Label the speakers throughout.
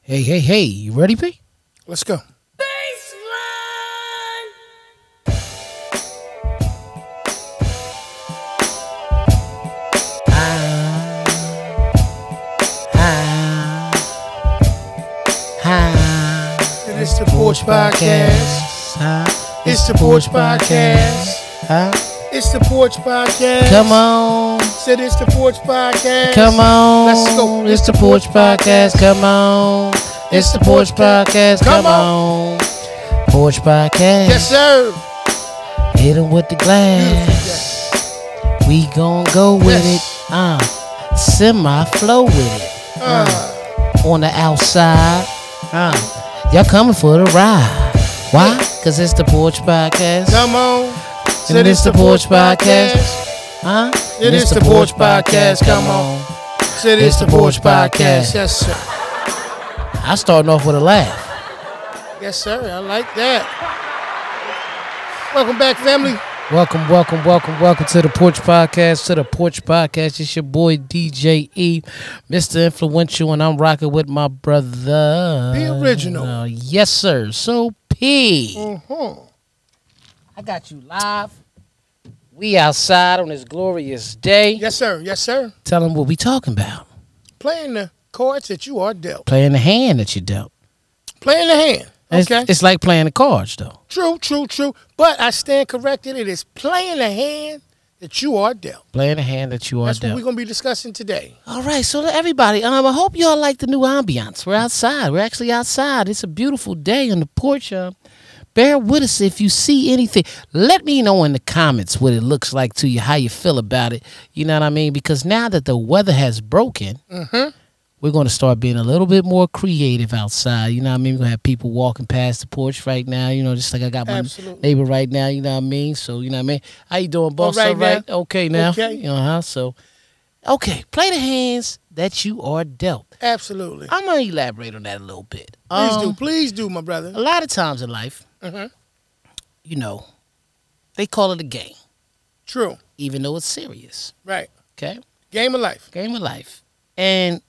Speaker 1: Hey, hey, hey, you ready, P?
Speaker 2: Let's go. And it's the Porch Podcast. It's the Porch Podcast. It's the Porch Podcast.
Speaker 1: Come on,
Speaker 2: Said it's the Porch Podcast.
Speaker 1: come on.
Speaker 2: Let's go.
Speaker 1: It's the Porch Podcast. Come on. It's the Porch Podcast. Come
Speaker 2: Come
Speaker 1: on. Porch Podcast.
Speaker 2: Yes, sir.
Speaker 1: Hit 'em with the glass. We gon' go with
Speaker 2: Yes.
Speaker 1: it. Uh, semi flow with it.
Speaker 2: Uh,
Speaker 1: On the outside. Uh, y'all coming for the ride. Why? Cause it's the Porch Podcast.
Speaker 2: come on. Said
Speaker 1: And it's the Porch
Speaker 2: Podcast.
Speaker 1: Huh?
Speaker 2: It
Speaker 1: And
Speaker 2: is the Porch Podcast. Come on. Said it's the Porch Podcast. Yes, sir.
Speaker 1: I starting off with a laugh.
Speaker 2: Yes, sir. I like that. Welcome back, family.
Speaker 1: Welcome, welcome, welcome, welcome to the Porch Podcast. To the Porch Podcast, it's your boy DJ E, Mr. Influential, and I'm rocking with my brother.
Speaker 2: The original.
Speaker 1: Uh, yes, sir. So P,
Speaker 2: Mm-hmm.
Speaker 1: I got you live. We outside on this glorious day.
Speaker 2: Yes, sir. Yes, sir.
Speaker 1: Tell them what we talking about.
Speaker 2: Playing the cards that you are dealt.
Speaker 1: Playing the hand that you dealt.
Speaker 2: Playing the hand.
Speaker 1: It's-
Speaker 2: Okay.
Speaker 1: It's, like playing the cards, though.
Speaker 2: True, true, true. But I stand corrected. It is playing the hand that you are dealt.
Speaker 1: Playing the hand that you are
Speaker 2: That's
Speaker 1: dealt.
Speaker 2: what we're gonna be discussing today.
Speaker 1: All right, so to everybody, um, I hope y'all like the new ambiance. We're outside. We're actually outside. It's a beautiful day on the porch. Um, bear with us if you see anything. Let me know in the comments what it looks like to you, how you feel about it. You know what I mean? Because now that the weather has broken,
Speaker 2: Mm-hmm.
Speaker 1: we're going to start being a little bit more creative outside. You know what I mean? We're going to have people walking past the porch right now. You know, just like I got my
Speaker 2: Absolutely.
Speaker 1: neighbor right now. You know what I mean? So you know what I mean? How you doing, boss?
Speaker 2: right
Speaker 1: All right, okay now.
Speaker 2: Okay.
Speaker 1: You know huh? So. Okay, play the hands that you are dealt.
Speaker 2: Absolutely.
Speaker 1: I'm gonna elaborate on that a little bit.
Speaker 2: Please do,
Speaker 1: Uh, Um, uh,
Speaker 2: please do, my
Speaker 1: A
Speaker 2: brother.
Speaker 1: lot of times in life,
Speaker 2: hmm
Speaker 1: you know, they call it a game,
Speaker 2: True.
Speaker 1: even though it's serious.
Speaker 2: Right.
Speaker 1: Okay,
Speaker 2: Game of life.
Speaker 1: game of life, and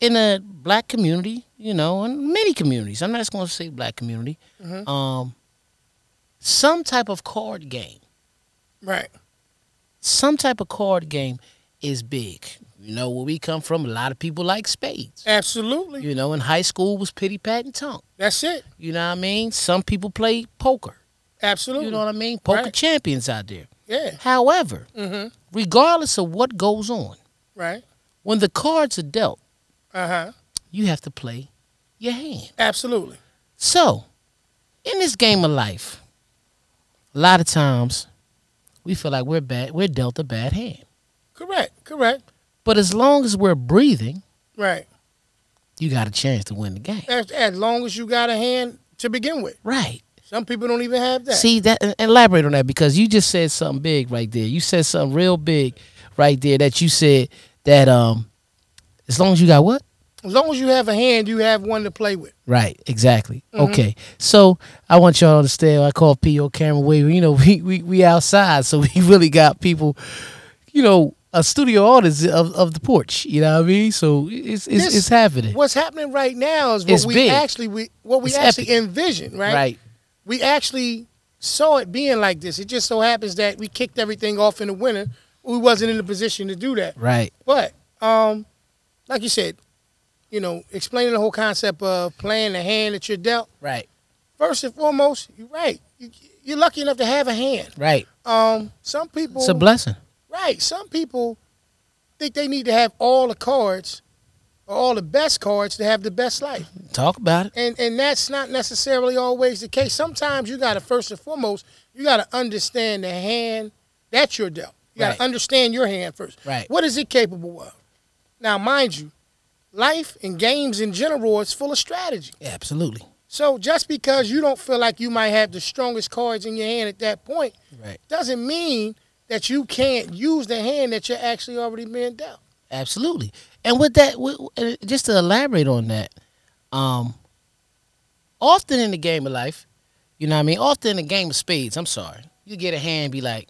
Speaker 1: in a black community, you know, and many communities. I'm not just gonna say black community.
Speaker 2: Mhm.
Speaker 1: Um, some type of card game,
Speaker 2: Right.
Speaker 1: some type of card game is big. You know, where we come from, a lot of people like spades.
Speaker 2: Absolutely.
Speaker 1: You know, in high school was pity pat and tongue.
Speaker 2: That's it.
Speaker 1: You know what I mean? Some people play poker.
Speaker 2: Absolutely.
Speaker 1: You know what I mean? Poker
Speaker 2: Right.
Speaker 1: champions out there.
Speaker 2: Yeah.
Speaker 1: However,
Speaker 2: Mm-hmm.
Speaker 1: regardless of what goes on,
Speaker 2: Right.
Speaker 1: when the cards are dealt,
Speaker 2: Uh-huh.
Speaker 1: you have to play your hand.
Speaker 2: Absolutely.
Speaker 1: So, in this game of life, a lot of times we feel like we're bad, we're dealt a bad hand.
Speaker 2: Correct. Correct.
Speaker 1: But as long as we're breathing,
Speaker 2: Right.
Speaker 1: you got a chance to win the game.
Speaker 2: As, as long as you got a hand to begin with.
Speaker 1: Right.
Speaker 2: Some people don't even have that.
Speaker 1: See that and elaborate on that because you just said something big right there. You said something real big right there that you said that um as long as you got what?
Speaker 2: As long as you have a hand, you have one to play with.
Speaker 1: Right, exactly.
Speaker 2: Mhm.
Speaker 1: Okay. So I want y'all to understand I call P.O. Cameron Weaver. You know, we, we we outside, so we really got people, you know, a studio audience of, of the porch. You know what I mean? So it's it's,
Speaker 2: This-
Speaker 1: it's happening.
Speaker 2: What's happening right now is what
Speaker 1: It's
Speaker 2: we
Speaker 1: big.
Speaker 2: actually we what we
Speaker 1: It's
Speaker 2: actually envisioned, right?
Speaker 1: right.
Speaker 2: We actually saw it being like this. It just so happens that we kicked everything off in the winter. We wasn't in a position to do that.
Speaker 1: Right.
Speaker 2: But um, like you said, you know, explaining the whole concept of playing the hand that you're dealt.
Speaker 1: Right.
Speaker 2: First and foremost, you're right. You, you're lucky enough to have a hand.
Speaker 1: Right.
Speaker 2: Um, some people
Speaker 1: It's a blessing.
Speaker 2: Right. Some people think they need to have all the cards or all the best cards to have the best life.
Speaker 1: Talk about it.
Speaker 2: And and that's not necessarily always the case. Sometimes you gotta first and foremost, you gotta understand the hand that you're dealt. You gotta
Speaker 1: Right.
Speaker 2: understand your hand first.
Speaker 1: Right.
Speaker 2: What is it capable of? Now mind you, life and games in general is full of strategy.
Speaker 1: Absolutely.
Speaker 2: So just because you don't feel like you might have the strongest cards in your hand at that point,
Speaker 1: Right.
Speaker 2: doesn't mean that you can't use the hand that you're actually already being dealt.
Speaker 1: Absolutely. And with that, with, uh, just to elaborate on that, um, often in the game of life, you know what I mean? Often in the game of spades, I'm sorry, you get a hand and be like,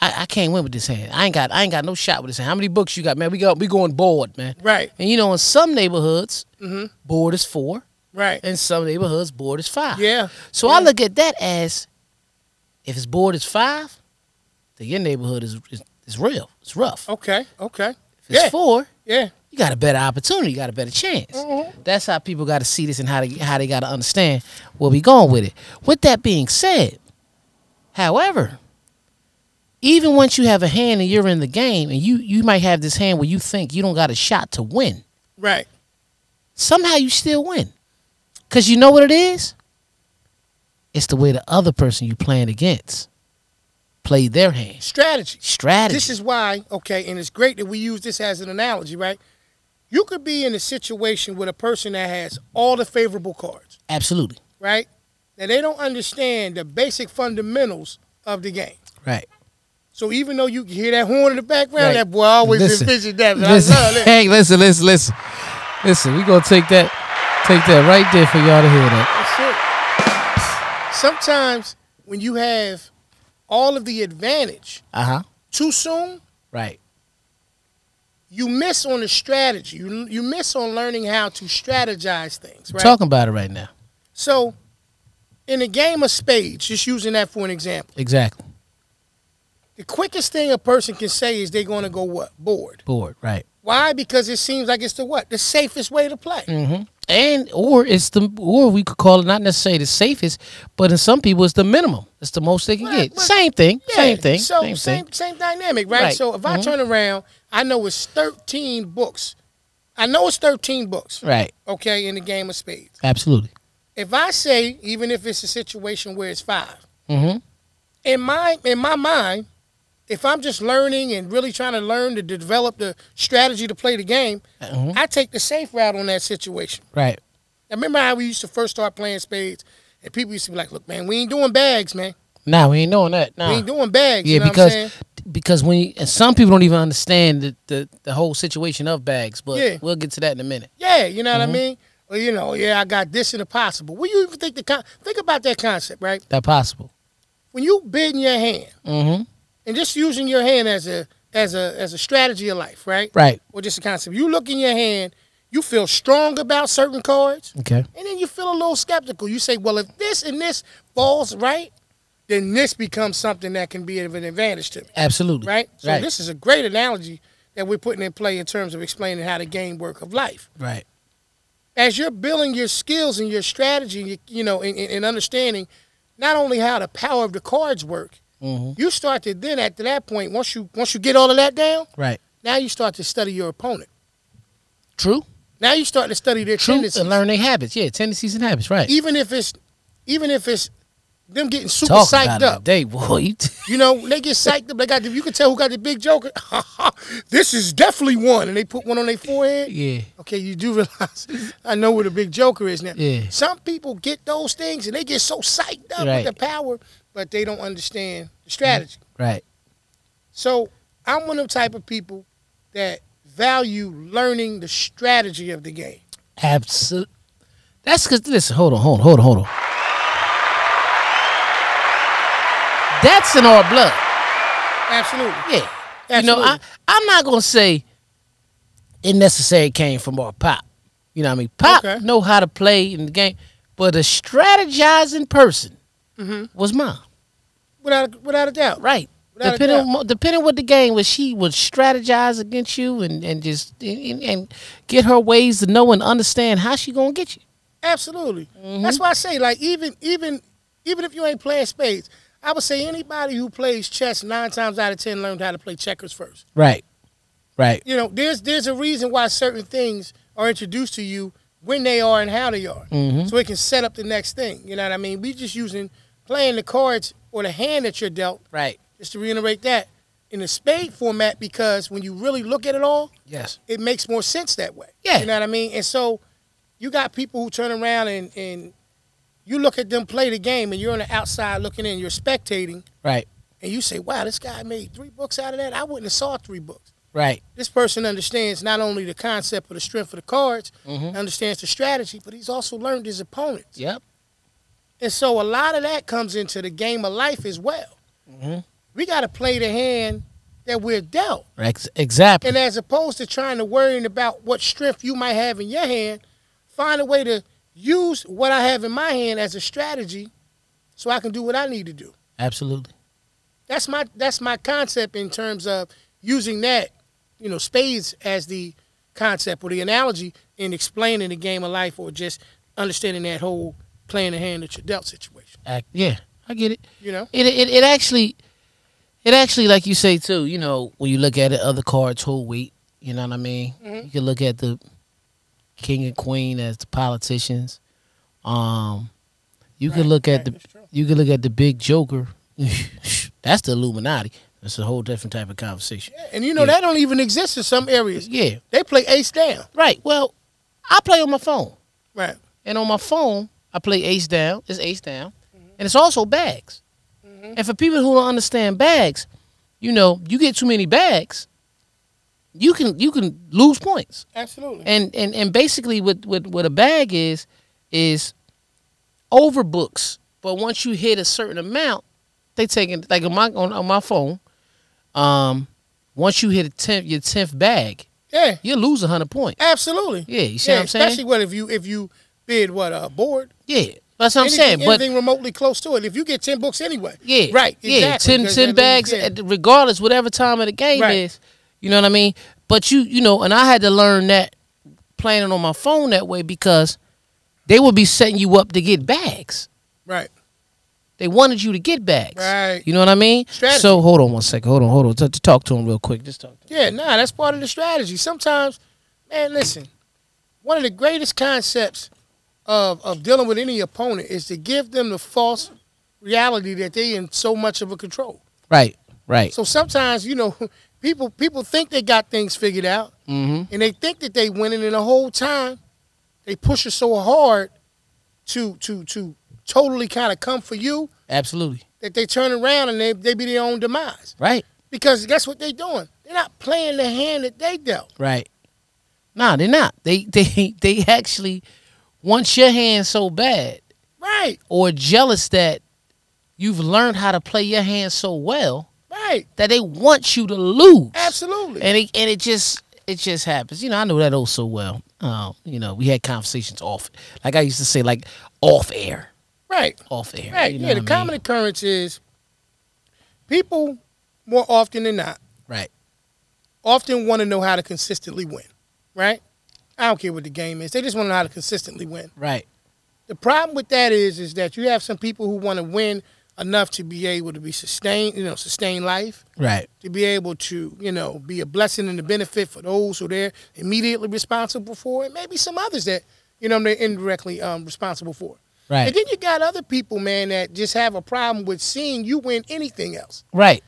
Speaker 1: I, I can't win with this hand. I ain't got I ain't got no shot with this hand. How many books you got, man? We got we going board, man.
Speaker 2: Right.
Speaker 1: And you know, in some neighborhoods,
Speaker 2: Mhm.
Speaker 1: board is four.
Speaker 2: Right.
Speaker 1: In some neighborhoods, board is five.
Speaker 2: Yeah.
Speaker 1: So I
Speaker 2: Yeah.
Speaker 1: look at that as if it's board is five, then your neighborhood is is, is real. It's rough.
Speaker 2: Okay. Okay.
Speaker 1: If it's
Speaker 2: Yeah.
Speaker 1: four,
Speaker 2: Yeah.
Speaker 1: you got a better opportunity, you got a better chance.
Speaker 2: Mhm.
Speaker 1: That's how people got to see this and how they how they got to understand where we going with it. With that being said, however, even once you have a hand and you're in the game, and you you might have this hand where you think you don't got a shot to win,
Speaker 2: Right.
Speaker 1: somehow you still win, cause you know what it is. It's the way the other person you playing against played their hand
Speaker 2: Strategy.
Speaker 1: strategy.
Speaker 2: This is why, okay, and it's great that we use this as an analogy, right? You could be in a situation with a person that has all the favorable cards,
Speaker 1: absolutely
Speaker 2: right? Now they don't understand the basic fundamentals of the game.
Speaker 1: right.
Speaker 2: So even though you can hear that horn in the background,
Speaker 1: Right.
Speaker 2: that boy always
Speaker 1: Listen.
Speaker 2: envisioned that. but
Speaker 1: Listen,
Speaker 2: I love it.
Speaker 1: hey, listen, listen, listen, listen. We gonna take that, take that right there for y'all to hear that.
Speaker 2: That's it. Sometimes when you have all of the advantage
Speaker 1: Uh huh.
Speaker 2: too soon,
Speaker 1: Right.
Speaker 2: you miss on the strategy. You, you miss on learning how to strategize things,
Speaker 1: We're
Speaker 2: right?
Speaker 1: Talking about it right now.
Speaker 2: So, in a game of spades, just using that for an example,
Speaker 1: Exactly.
Speaker 2: the quickest thing a person can say is they're going to go what? Bored.
Speaker 1: Board. Right.
Speaker 2: Why? Because it seems like it's the what? The safest way to play.
Speaker 1: Mm-hmm. And or it's the or we could call it not necessarily the safest, but in some people it's the minimum. It's the most they can
Speaker 2: Well,
Speaker 1: get.
Speaker 2: well,
Speaker 1: same thing.
Speaker 2: Yeah,
Speaker 1: Same thing.
Speaker 2: So
Speaker 1: same,
Speaker 2: same
Speaker 1: thing.
Speaker 2: same, dynamic, right?
Speaker 1: Right.
Speaker 2: So if I
Speaker 1: Mhm.
Speaker 2: turn around, I know it's thirteen books. I know it's thirteen books.
Speaker 1: Right.
Speaker 2: Okay, in the game of spades.
Speaker 1: Absolutely.
Speaker 2: If I say, even if it's a situation where it's five,
Speaker 1: Mm-hmm.
Speaker 2: in my in my mind, if I'm just learning and really trying to learn to develop the strategy to play the game,
Speaker 1: Mhm.
Speaker 2: I take the safe route on that situation.
Speaker 1: Right.
Speaker 2: Now, remember how we used to first start playing spades, and people used to be like, "Look, man, we ain't doing bags, man.
Speaker 1: Nah, we ain't doing that. Nah.
Speaker 2: We ain't doing bags."
Speaker 1: yeah,
Speaker 2: you know
Speaker 1: because
Speaker 2: what I'm saying?
Speaker 1: because when you, and some people don't even understand the, the the whole situation of bags, but
Speaker 2: Yeah.
Speaker 1: we'll get to that in a minute.
Speaker 2: Yeah, you know what I
Speaker 1: Mhm.
Speaker 2: mean? Well, you know, yeah, I got this and the possible. What you even think the con- think about that concept, right?
Speaker 1: That possible.
Speaker 2: When you bid in your hand
Speaker 1: Mm-hmm.
Speaker 2: and just using your hand as a as a as a strategy of life, right?
Speaker 1: Right.
Speaker 2: Or just a concept. You look in your hand, you feel strong about certain cards,
Speaker 1: Okay.
Speaker 2: and then you feel a little skeptical. You say, Well, if this and this falls right, then this becomes something that can be of an advantage to me.
Speaker 1: Absolutely.
Speaker 2: Right? So
Speaker 1: right.
Speaker 2: this is a great analogy that we're putting in play in terms of explaining how the game work of life.
Speaker 1: right.
Speaker 2: as you're building your skills and your strategy, you, you know, and, and and understanding not only how the power of the cards work,
Speaker 1: Mm-hmm.
Speaker 2: you start to then at that point, once you once you get all of that down,
Speaker 1: Right.
Speaker 2: now you start to study your opponent.
Speaker 1: True.
Speaker 2: Now you start to study their
Speaker 1: True.
Speaker 2: tendencies,
Speaker 1: And learn their habits. Yeah, tendencies and habits. Right.
Speaker 2: even if it's even if it's them getting super
Speaker 1: Talk
Speaker 2: psyched
Speaker 1: about it
Speaker 2: up.
Speaker 1: today, boy. You t-
Speaker 2: You know, they get psyched up. They got the, you can tell who got the big joker. this is definitely one, and they put one on their forehead.
Speaker 1: yeah.
Speaker 2: Okay, you do realize I know where the big joker is now.
Speaker 1: Yeah.
Speaker 2: Some people get those things and they get so psyched up
Speaker 1: Right. Mm-hmm.
Speaker 2: with the power, but they don't understand the strategy.
Speaker 1: Right.
Speaker 2: So I'm one of the type of people that value learning the strategy of the game.
Speaker 1: Absolutely. That's because listen. Hold on. Hold on. Hold on. Hold on. That's in our blood.
Speaker 2: Absolutely.
Speaker 1: Yeah.
Speaker 2: Absolutely.
Speaker 1: You know, I, I'm not gonna say it necessarily came from our pop. You know what I mean? Pop
Speaker 2: Okay.
Speaker 1: know how to play in the game, but a strategizing person
Speaker 2: Mhm.
Speaker 1: was mom.
Speaker 2: without without a doubt.
Speaker 1: Right.
Speaker 2: Without a
Speaker 1: depending
Speaker 2: doubt.
Speaker 1: on, mo- depending what the game was, she would strategize against you and and just and- and, and get her ways to know and understand how she gonna get you.
Speaker 2: Absolutely. That's why I say, like, even even even if you ain't playing spades, I would say anybody who plays chess nine times out of ten learned how to play checkers first.
Speaker 1: Right. Right.
Speaker 2: you know, there's there's a reason why certain things are introduced to you when they are and how they are,
Speaker 1: Mm-hmm.
Speaker 2: so it can set up the next thing. You know what I mean? We just using playing the cards or the hand that you're dealt,
Speaker 1: Right.
Speaker 2: just to reiterate that in the spade format because when you really look at it all,
Speaker 1: Yes.
Speaker 2: it makes more sense that way.
Speaker 1: Yeah.
Speaker 2: you know what I mean. And so you got people who turn around and and you look at them play the game and you're on the outside looking in, you're spectating,
Speaker 1: Right.
Speaker 2: and you say, "Wow, this guy made three books out of that. I wouldn't have saw three books."
Speaker 1: Right.
Speaker 2: this person understands not only the concept of the strength of the cards,
Speaker 1: Mhm.
Speaker 2: understands the strategy, but he's also learned his opponents.
Speaker 1: Yep.
Speaker 2: And so a lot of that comes into the game of life as well.
Speaker 1: Mhm.
Speaker 2: we got to play the hand that we're dealt.
Speaker 1: Ex- exactly.
Speaker 2: And as opposed to trying to worrying about what strength you might have in your hand, find a way to use what I have in my hand as a strategy so I can do what I need to do.
Speaker 1: Absolutely.
Speaker 2: That's my that's my concept in terms of using that, you know, spades as the concept or the analogy in explaining the game of life or just understanding that whole playing the hand that you're dealt situation.
Speaker 1: Ac- yeah, I get it.
Speaker 2: You know?
Speaker 1: It, it it actually, it actually like you say too. You know when you look at it, other cards hold weight. You know what I mean?
Speaker 2: Mhm.
Speaker 1: You can look at the king and queen as the politicians. Um, you
Speaker 2: Right,
Speaker 1: can look
Speaker 2: right,
Speaker 1: at the
Speaker 2: that's true.
Speaker 1: you can look at the big joker. That's the Illuminati. That's a whole different type of conversation.
Speaker 2: Yeah, And you know
Speaker 1: Yeah.
Speaker 2: that don't even exist in some areas.
Speaker 1: Yeah,
Speaker 2: They play ace down.
Speaker 1: right. Well, I play on my phone.
Speaker 2: Right.
Speaker 1: And on my phone, I play ace down. It's ace down.
Speaker 2: Mm-hmm.
Speaker 1: And it's also bags. And for people who don't understand bags, you know, you get too many bags, you can you can lose points.
Speaker 2: Absolutely.
Speaker 1: And and and basically what what, what a bag is is overbooks. But once you hit a certain amount, they take it like on my on, on my phone, um, once you hit a tenth your tenth bag,
Speaker 2: yeah.
Speaker 1: you lose hundred points.
Speaker 2: Absolutely.
Speaker 1: Yeah, you see what I'm saying?
Speaker 2: Especially what if you if you bid what a board.
Speaker 1: yeah. That's what I'm
Speaker 2: anything,
Speaker 1: saying. But
Speaker 2: anything remotely close to it. If you get ten books anyway,
Speaker 1: Yeah.
Speaker 2: right,
Speaker 1: Yeah.
Speaker 2: exactly,
Speaker 1: Ten,
Speaker 2: because
Speaker 1: ten
Speaker 2: that
Speaker 1: bags,
Speaker 2: means- yeah.
Speaker 1: at- regardless, whatever time of the game
Speaker 2: Right.
Speaker 1: is. You know what I mean? But you, you know, and I had to learn that playing it on my phone that way because they would be setting you up to get bags.
Speaker 2: right,
Speaker 1: They wanted you to get bags.
Speaker 2: Right.
Speaker 1: You know what I mean?
Speaker 2: Strategy.
Speaker 1: So hold on one second. Hold on. Hold on. T- t- talk to him real quick. Just talk. To him.
Speaker 2: yeah, nah, that's part of the strategy. Sometimes, man, listen, one of the greatest concepts of of dealing with any opponent is to give them the false reality that they in so much of a control.
Speaker 1: Right. Right.
Speaker 2: So sometimes, you know, people people think they got things figured out,
Speaker 1: mm-hmm.
Speaker 2: and they think that they winning and the whole time they push it so hard to to to totally kind of come for you
Speaker 1: Absolutely.
Speaker 2: that they turn around and they, they be their own demise
Speaker 1: Right.
Speaker 2: because guess what they doing they're not playing the hand that they dealt
Speaker 1: Right. Nah, they're not. They they they actually want your hand so bad
Speaker 2: right
Speaker 1: or jealous that you've learned how to play your hand so well
Speaker 2: right
Speaker 1: that they want you to lose.
Speaker 2: absolutely
Speaker 1: And it and it just it just happens. You know, I know that oh so well. Um, you know, we had conversations off like I used to say, like off air.
Speaker 2: right
Speaker 1: Off air.
Speaker 2: right
Speaker 1: You know
Speaker 2: yeah the
Speaker 1: what I mean?
Speaker 2: common occurrence is people more often than not
Speaker 1: Right.
Speaker 2: often want to know how to consistently win right i don't care what the game is they just want to know how to consistently win
Speaker 1: Right.
Speaker 2: The problem with that is, is that you have some people who want to win enough to be able to be sustained, you know, sustain life,
Speaker 1: Right.
Speaker 2: to be able to, you know, be a blessing and a benefit for those who they're immediately responsible for, and maybe some others that, you know, they're indirectly um, responsible for.
Speaker 1: Right.
Speaker 2: And then you got other people, man, that just have a problem with seeing you win anything else.
Speaker 1: Right.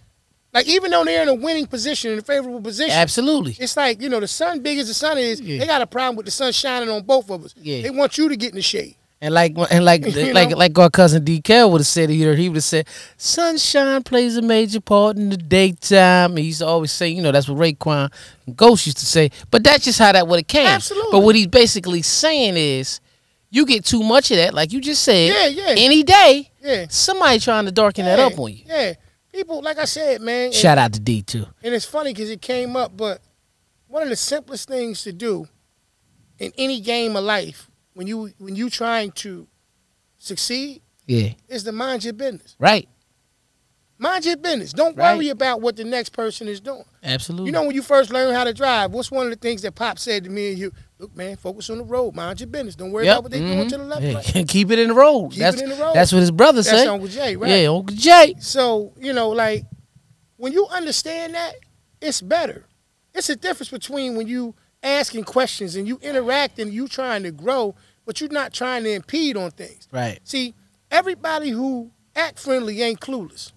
Speaker 2: Like even though they're in a winning position, in a favorable position,
Speaker 1: Absolutely.
Speaker 2: it's like you know the sun, big as the sun is,
Speaker 1: Yeah.
Speaker 2: they got a problem with the sun shining on both of us.
Speaker 1: Yeah.
Speaker 2: They want you to get in the shade.
Speaker 1: And like and like
Speaker 2: You
Speaker 1: like
Speaker 2: know?
Speaker 1: like our cousin DK would have said here, he would have said, "Sunshine plays a major part in the daytime." And he used to always say, you know, that's what Raekwon and Ghost used to say. But that's just how that would have came.
Speaker 2: Absolutely.
Speaker 1: But what he's basically saying is, you get too much of that, like you just said.
Speaker 2: Yeah, yeah.
Speaker 1: Any day,
Speaker 2: Yeah.
Speaker 1: somebody trying to darken that
Speaker 2: Yeah,
Speaker 1: up on you.
Speaker 2: Yeah. People, like I said, man. and-
Speaker 1: Shout out to D too.
Speaker 2: And it's funny because it came up, but one of the simplest things to do in any game of life when you when you trying to succeed
Speaker 1: Yeah.
Speaker 2: is to mind your business.
Speaker 1: Right.
Speaker 2: Mind your business. Don't
Speaker 1: Right. Mm.
Speaker 2: worry about what the next person is doing.
Speaker 1: Absolutely.
Speaker 2: You know, when you first learn how to drive, what's one of the things that Pop said to me and you? Look, man, focus on the road. Mind your business. Don't worry about what they doing
Speaker 1: mhm.
Speaker 2: to the left.
Speaker 1: Yeah,
Speaker 2: right.
Speaker 1: Keep it in the road.
Speaker 2: Mm-hmm. Keep
Speaker 1: that's
Speaker 2: it in the road.
Speaker 1: that's what his brother
Speaker 2: That's
Speaker 1: said.
Speaker 2: Uncle Jay, right?
Speaker 1: Yeah, Uncle Jay.
Speaker 2: So, you know, like when you understand that, it's better. It's a difference between when you asking questions and you interacting, you trying to grow, but you're not trying to impede on things.
Speaker 1: Right.
Speaker 2: See, everybody who act friendly ain't clueless.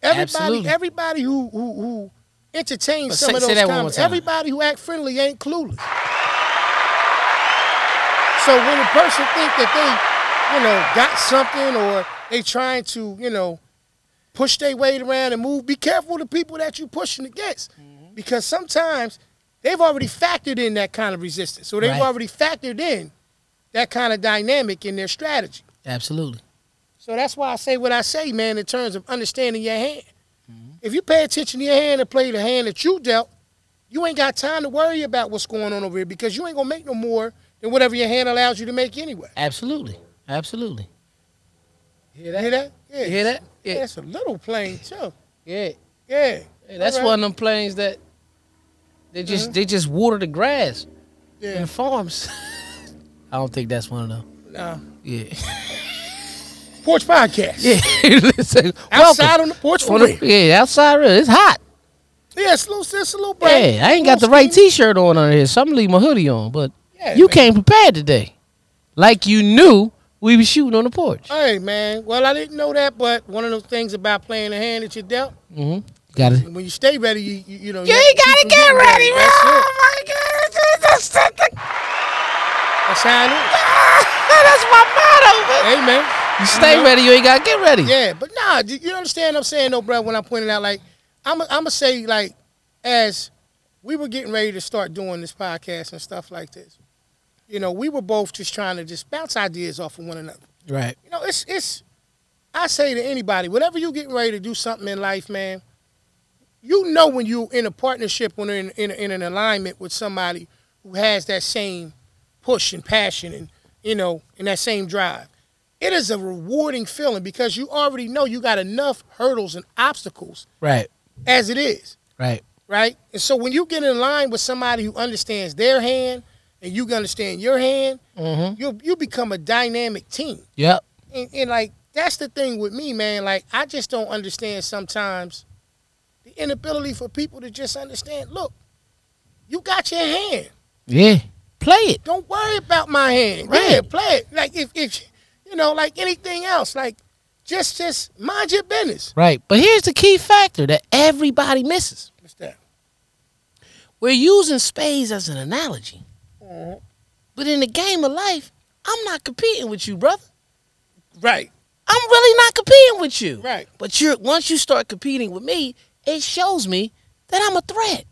Speaker 2: Everybody
Speaker 1: Absolutely.
Speaker 2: everybody who who who entertains
Speaker 1: Let's
Speaker 2: some
Speaker 1: say-
Speaker 2: of
Speaker 1: say
Speaker 2: those
Speaker 1: that one more
Speaker 2: comments.
Speaker 1: time.
Speaker 2: Everybody who act friendly ain't clueless. So when a person think that they, you know, got something or they trying to, you know, push their weight around and move, be careful of the people that you pushing against.
Speaker 1: Mm-hmm.
Speaker 2: Because sometimes they've already factored in that kind of resistance. So they've
Speaker 1: Right.
Speaker 2: already factored in that kind of dynamic in their strategy.
Speaker 1: Absolutely.
Speaker 2: So that's why I say what I say, man, in terms of understanding your hand.
Speaker 1: Mm-hmm.
Speaker 2: If you pay attention to your hand and play the hand that you dealt, you ain't got time to worry about what's going on over here because you ain't gonna make no more than whatever your hand allows you to make anyway.
Speaker 1: Absolutely. Absolutely.
Speaker 2: Hear that? Hear that? Yeah.
Speaker 1: You hear that?
Speaker 2: Yeah,
Speaker 1: Yeah.
Speaker 2: it's a little plane too.
Speaker 1: Yeah.
Speaker 2: Yeah.
Speaker 1: Yeah, that's
Speaker 2: All right.
Speaker 1: one of them planes that they just
Speaker 2: Mhm.
Speaker 1: they just water the grass in
Speaker 2: Yeah.
Speaker 1: the farms. I don't think that's one of them.
Speaker 2: Nah.
Speaker 1: Yeah.
Speaker 2: Porch podcast.
Speaker 1: Yeah. Listen,
Speaker 2: Outside
Speaker 1: welcome.
Speaker 2: on the porch for
Speaker 1: On the-
Speaker 2: real.
Speaker 1: yeah, outside real. It's hot.
Speaker 2: Yeah, it's a little, it's a little
Speaker 1: Yeah,
Speaker 2: bright.
Speaker 1: I ain't got the
Speaker 2: Little
Speaker 1: right
Speaker 2: steamy.
Speaker 1: T-shirt on under here, so I'm gonna leave my hoodie on. But
Speaker 2: Yeah,
Speaker 1: you
Speaker 2: man.
Speaker 1: came prepared today, like you knew we was shooting on the porch.
Speaker 2: Hey man, well I didn't know that, but one of those things about playing the hand that you dealt,
Speaker 1: Mm-hmm. Got it.
Speaker 2: when you stay ready, you you, you know
Speaker 1: You
Speaker 2: have
Speaker 1: ain't
Speaker 2: to keep
Speaker 1: gotta
Speaker 2: from
Speaker 1: get
Speaker 2: getting
Speaker 1: ready, man.
Speaker 2: That's it.
Speaker 1: Oh my God, that's, that's, that's,
Speaker 2: That's how it is.
Speaker 1: that's my motto. Man.
Speaker 2: Hey man.
Speaker 1: You stay
Speaker 2: know?
Speaker 1: ready, you ain't gotta get ready.
Speaker 2: Mm-hmm. Yeah, but nah, you, you understand what I'm saying though, bro. When I'm pointing out, like, I'm I'm gonna say like, as we were getting ready to start doing this podcast and stuff like this, you know, we were both just trying to just bounce ideas off of one another.
Speaker 1: Right.
Speaker 2: You know, it's it's. I say to anybody, whenever you getting ready to do something in life, man, you know when you in a partnership, when you're in in, in an alignment with somebody who has that same push and passion and you know and that same drive. It is a rewarding feeling because you already know you got enough hurdles and obstacles
Speaker 1: Right.
Speaker 2: as it is
Speaker 1: Right.
Speaker 2: right? And so when you get in line with somebody who understands their hand and you understand your hand,
Speaker 1: Mm-hmm.
Speaker 2: you you become a dynamic team.
Speaker 1: Yep.
Speaker 2: And, and like that's the thing with me, man. Like I just don't understand sometimes the inability for people to just understand. Look, you got your hand.
Speaker 1: Yeah. Play it.
Speaker 2: Don't worry about my hand. Yeah,
Speaker 1: Right.
Speaker 2: play it. Like if if you know, like anything else, like just just mind your business.
Speaker 1: Right. But here's the key factor that everybody misses.
Speaker 2: What's that?
Speaker 1: We're using spades as an analogy.
Speaker 2: Mhm.
Speaker 1: But in the game of life, I'm not competing with you, brother.
Speaker 2: Right,
Speaker 1: I'm really not competing with you.
Speaker 2: right.
Speaker 1: But you're once you start competing with me, it shows me that I'm a threat.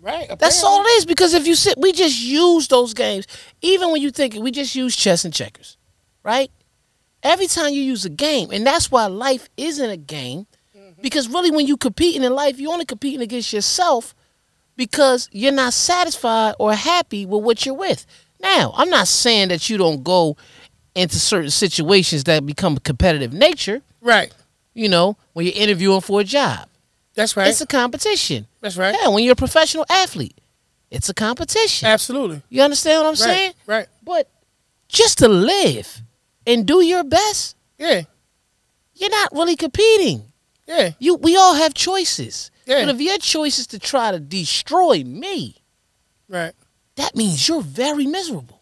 Speaker 2: Right.
Speaker 1: That's
Speaker 2: Apparently.
Speaker 1: all it is. Because if you sit, we just use those games. Even when you think we just use chess and checkers, right? Every time you use a game, and that's why life isn't a game. Because really, when you competing in life, you're only competing against yourself because you're not satisfied or happy with what you're with. Now, I'm not saying that you don't go into certain situations that become competitive nature.
Speaker 2: Right.
Speaker 1: You know, when you're interviewing for a job,
Speaker 2: That's right.
Speaker 1: it's a competition.
Speaker 2: That's right.
Speaker 1: Yeah, when you're a professional athlete, it's a competition.
Speaker 2: Absolutely.
Speaker 1: You understand what I'm
Speaker 2: Right.
Speaker 1: saying?
Speaker 2: Right.
Speaker 1: But just to live and do your best,
Speaker 2: Yeah.
Speaker 1: you're not really competing.
Speaker 2: Yeah.
Speaker 1: You, we all have choices.
Speaker 2: Yeah.
Speaker 1: But if your choice is to try to destroy me,
Speaker 2: Right.
Speaker 1: that means you're very miserable.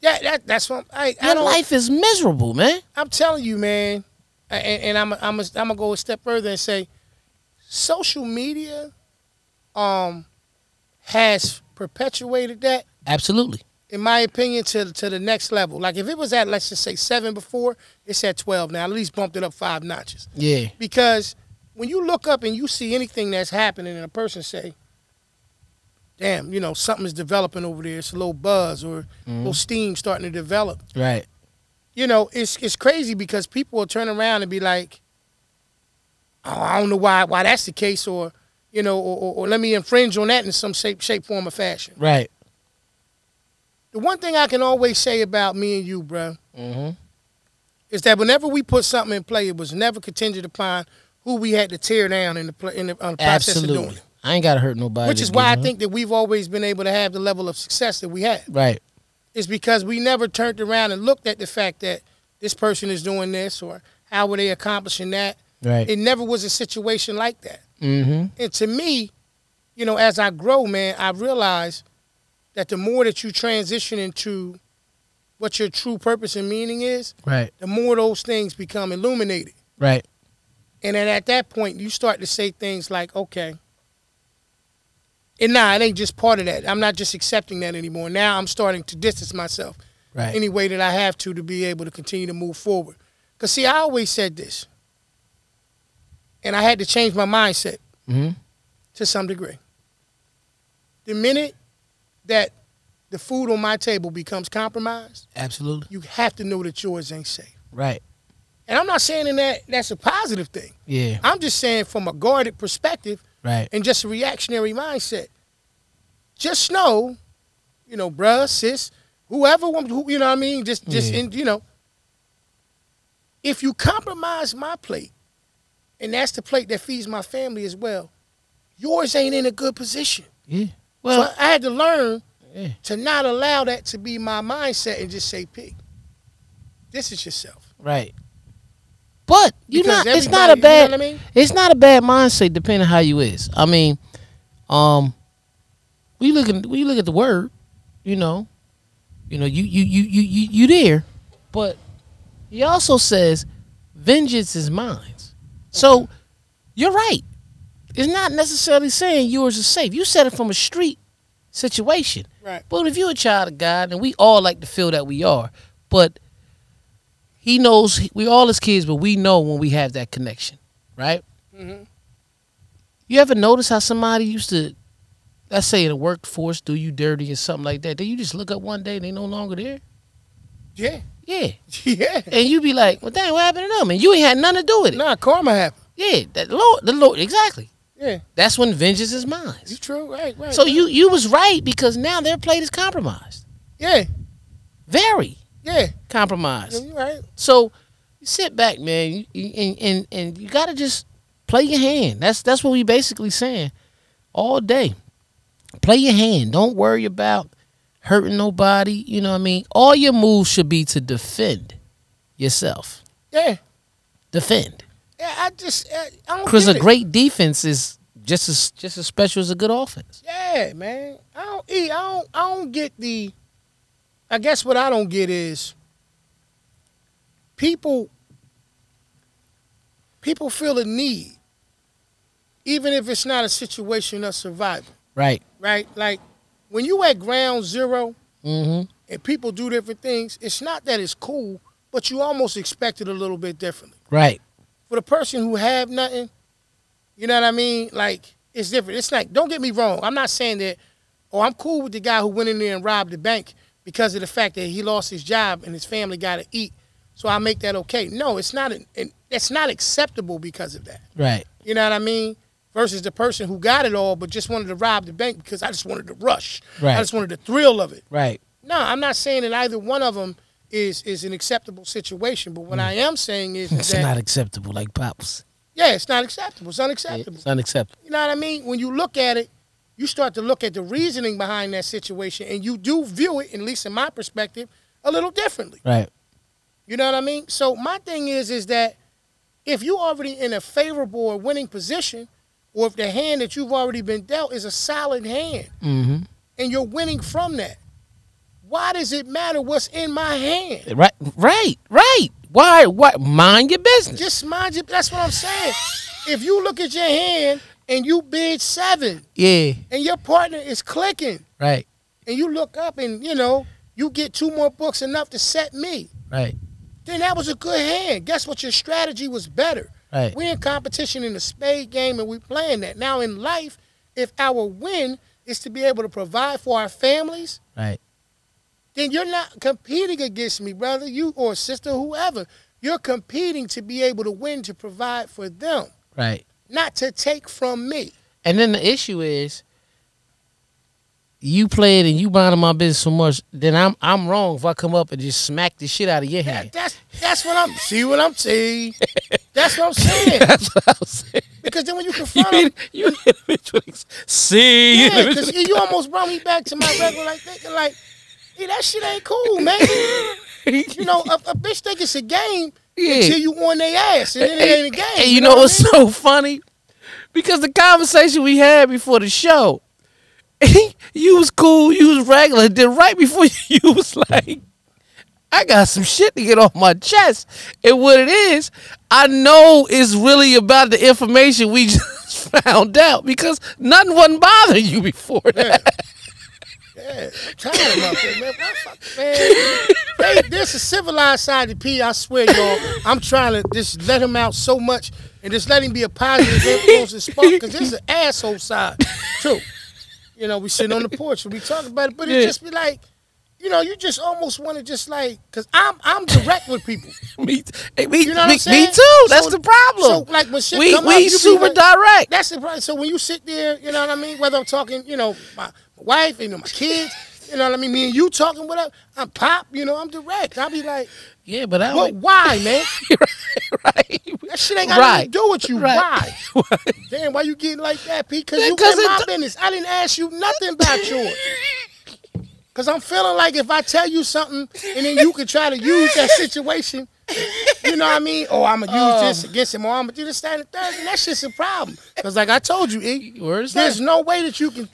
Speaker 2: Yeah. That, that's what I. I
Speaker 1: Your
Speaker 2: don't-
Speaker 1: life is miserable, man.
Speaker 2: I'm telling you, man. A- And, and I'm. I'm. I'm gonna go a step further and say, social media, um, has perpetuated that,
Speaker 1: Absolutely.
Speaker 2: in my opinion, to to the next level. Like if it was at let's just say seven before, it's at twelve now. At least bumped it up five notches.
Speaker 1: Yeah.
Speaker 2: because when you look up and you see anything that's happening and a person say damn you know something's developing over there it's a little buzz or a little steam starting to develop
Speaker 1: Right.
Speaker 2: you know it's it's crazy because people will turn around and be like oh, i don't know why why that's the case or you know or, or, or let me infringe on that in some shape shape form or fashion
Speaker 1: Right.
Speaker 2: the one thing i can always say about me and you bruh
Speaker 1: Mm-hmm.
Speaker 2: is that whenever we put something in play, it was never contingent upon who we had to tear down in the pl- in the, uh, process of doing
Speaker 1: Absolutely.
Speaker 2: it.
Speaker 1: I ain't gotta hurt nobody.
Speaker 2: Which
Speaker 1: to
Speaker 2: is
Speaker 1: get
Speaker 2: why I
Speaker 1: my-
Speaker 2: think that we've always been able to have the level of success that we have.
Speaker 1: Right.
Speaker 2: It's because we never turned around and looked at the fact that this person is doing this or how were they accomplishing that.
Speaker 1: Right.
Speaker 2: It never was a situation like that.
Speaker 1: mm-hmm.
Speaker 2: And to me, you know, as I grow, man, I realize that the more that you transition into what your true purpose and meaning is,
Speaker 1: Right.
Speaker 2: the more those things become illuminated.
Speaker 1: Right.
Speaker 2: And then at that point, you start to say things like, okay. And nah, it ain't just part of that. I'm not just accepting that anymore. Now I'm starting to distance myself
Speaker 1: Right.
Speaker 2: any way that I have to to be able to continue to move forward. Because, see, I always said this. And I had to change my mindset
Speaker 1: mm-hmm.
Speaker 2: to some degree. The minute that the food on my table becomes compromised,
Speaker 1: Absolutely.
Speaker 2: you have to know that yours ain't safe.
Speaker 1: Right.
Speaker 2: And I'm not saying in that that's a positive thing.
Speaker 1: Yeah.
Speaker 2: I'm just saying from a guarded perspective
Speaker 1: Right.
Speaker 2: and just a reactionary mindset. Just know, you know, bruh, sis, whoever, who, you know what I mean? Just, just
Speaker 1: Yeah.
Speaker 2: in, you know, if you compromise my plate, and that's the plate that feeds my family as well, yours ain't in a good position.
Speaker 1: Yeah.
Speaker 2: So
Speaker 1: Well.
Speaker 2: I had to learn
Speaker 1: yeah.
Speaker 2: to not allow that to be my mindset and just say, P, this is yourself.
Speaker 1: Right. But you
Speaker 2: Because
Speaker 1: not. It's not a
Speaker 2: everybody-
Speaker 1: bad.
Speaker 2: You know what I mean?
Speaker 1: It's not a bad mindset, depending on how you is. I mean, um, we look at we look at the word, you know, you know, you you you you you, you there, but he also says, "Vengeance is mine." So you're right. It's not necessarily saying yours is safe. You said it from a street situation.
Speaker 2: Right.
Speaker 1: But if you're a child of God, and we all like to feel that we are, but He knows we all as kids, but we know when we have that connection, right?
Speaker 2: Mhm.
Speaker 1: You ever notice how somebody used to, let's say in the workforce, do you dirty or something like that? Then you just look up one day and they no longer there.
Speaker 2: Yeah.
Speaker 1: Yeah,
Speaker 2: Yeah.
Speaker 1: and you be like, "Well, dang, what happened to them?" And you ain't had nothing to do with it.
Speaker 2: Nah, karma happened.
Speaker 1: Yeah, that Lord, the Lord, exactly.
Speaker 2: Yeah.
Speaker 1: That's when vengeance is mine.
Speaker 2: You true? Right, right.
Speaker 1: So
Speaker 2: right.
Speaker 1: you you was right because now their plate is compromised,
Speaker 2: Yeah,
Speaker 1: very
Speaker 2: yeah.
Speaker 1: compromised.
Speaker 2: You right.
Speaker 1: So you sit back, man, you- you- and and and you gotta just play your hand. That's that's what we basically saying all day. Play your hand. Don't worry about hurting nobody. You know what I mean. All your moves should be to defend yourself.
Speaker 2: Yeah.
Speaker 1: Defend,
Speaker 2: Yeah, I just I, I don't
Speaker 1: because
Speaker 2: Oh, get
Speaker 1: a
Speaker 2: it.
Speaker 1: great defense is just as just as special as a good offense.
Speaker 2: Yeah, man. I don't eat. I don't I don't get the I guess what I don't get is people people feel a need even if it's not a situation of survival,
Speaker 1: Right.
Speaker 2: right? Like when you at ground 0
Speaker 1: Mm-hmm.
Speaker 2: and people do different things, it's not that it's cool, but you almost expect it a little bit differently.
Speaker 1: Right.
Speaker 2: for the person who have nothing, you know what I mean? Like it's different. It's like don't get me wrong. I'm not saying that. Oh, I'm cool with the guy who went in there and robbed the bank because of the fact that he lost his job and his family got to eat. So I make that okay. No, it's not. An, an, it's not acceptable because of that.
Speaker 1: Right.
Speaker 2: You know what I mean? Versus the person who got it all but just wanted to rob the bank because I just wanted the rush.
Speaker 1: Right.
Speaker 2: I just wanted the thrill of it.
Speaker 1: Right.
Speaker 2: No, I'm not saying that either one of them is is an acceptable situation. But what I am saying is
Speaker 1: It's
Speaker 2: that
Speaker 1: Hmm. not acceptable, like pops.
Speaker 2: yeah, it's not acceptable. It's unacceptable.
Speaker 1: It's unacceptable.
Speaker 2: You know what I mean? When you look at it, you start to look at the reasoning behind that situation, and you do view it, at least in my perspective, a little differently.
Speaker 1: Right.
Speaker 2: You know what I mean? So my thing is, is that if you already in a favorable or winning position, or if the hand that you've already been dealt is a solid hand,
Speaker 1: Mm-hmm.
Speaker 2: and you're winning from that, why does it matter what's in my hand?
Speaker 1: Right. Right. Right. Why? Why? Mind your business.
Speaker 2: Just mind you. That's what I'm saying. If you look at your hand and you bid seven,
Speaker 1: yeah.
Speaker 2: and your partner is clicking
Speaker 1: Right.
Speaker 2: and you look up and you know you get two more books enough to set me
Speaker 1: Right.
Speaker 2: then that was a good hand guess what your strategy was better
Speaker 1: Right.
Speaker 2: we're in competition in the spade game and we playing that now in life if our win is to be able to provide for our families
Speaker 1: Right.
Speaker 2: then you're not competing against me brother you or sister whoever you're competing to be able to win to provide for them
Speaker 1: Right.
Speaker 2: not to take from me
Speaker 1: And then the issue is, you play it and you mind my business so much, then I'm I'm wrong if I come up and just smack the shit out of your
Speaker 2: that,
Speaker 1: hand.
Speaker 2: that's that's what I'm see what I'm saying. That's what I'm saying.
Speaker 1: That's what I was saying.
Speaker 2: Because then when you
Speaker 1: You
Speaker 2: confront him,
Speaker 1: hit, you hit a bitch with ex- see. you
Speaker 2: yeah,
Speaker 1: hit a bitch
Speaker 2: because
Speaker 1: with-
Speaker 2: you, you almost brought me back to my regular like thinking like, hey, that shit ain't cool, man. You know, a, a bitch think it's a game
Speaker 1: yeah.
Speaker 2: until you on their ass, and then it ain't a game.
Speaker 1: And you know
Speaker 2: what
Speaker 1: what's so funny? Because the conversation we had before the show, you was cool, you was regular. Then right before you was like, I got some shit to get off my chest. And what it is, I know it's really about the information we just found out because nothing wasn't bothering you before that.
Speaker 2: Yeah, I'm tired about that, man. Why fuck- man. They, this is civilized side of P. I swear, y'all. I'm trying to just let him out so much and just let him be a positive influence and spark because this is an asshole side, too. You know, we sitting on the porch and we talk about it, but it
Speaker 1: Yeah.
Speaker 2: just be like, you know, you just almost want to just like, cause I'm I'm direct with people.
Speaker 1: me, hey, me,
Speaker 2: You know what I'm
Speaker 1: me, me
Speaker 2: saying?
Speaker 1: too. That's
Speaker 2: So-
Speaker 1: the problem.
Speaker 2: so, like, when shit
Speaker 1: we
Speaker 2: come up,
Speaker 1: we
Speaker 2: you be
Speaker 1: super
Speaker 2: like-
Speaker 1: direct.
Speaker 2: That's the problem. So when you sit there, you know what I mean. Whether I'm talking, you know, my, my wife, you know, my kids, you know what I mean. Me and you talking, whatever. I'm pop, you know, I'm direct. I'll be like,
Speaker 1: yeah, but I
Speaker 2: well,
Speaker 1: don't.
Speaker 2: why, man?
Speaker 1: right,
Speaker 2: That shit ain't got nothing to do with you.
Speaker 1: Right.
Speaker 2: Why? Damn, why you getting like that, Pete? Because
Speaker 1: Yeah,
Speaker 2: you in
Speaker 1: 'cause it
Speaker 2: my
Speaker 1: do-
Speaker 2: business. I didn't ask you nothing about yours. Because I'm feeling like if I tell you something and then you can try to use that situation, you know what I mean? Or I'm going to use this against him, or I'm going to do this, that, and the third. And that shit's a problem. Because like I told you, E,
Speaker 1: Where's
Speaker 2: there's
Speaker 1: that?
Speaker 2: no way that you can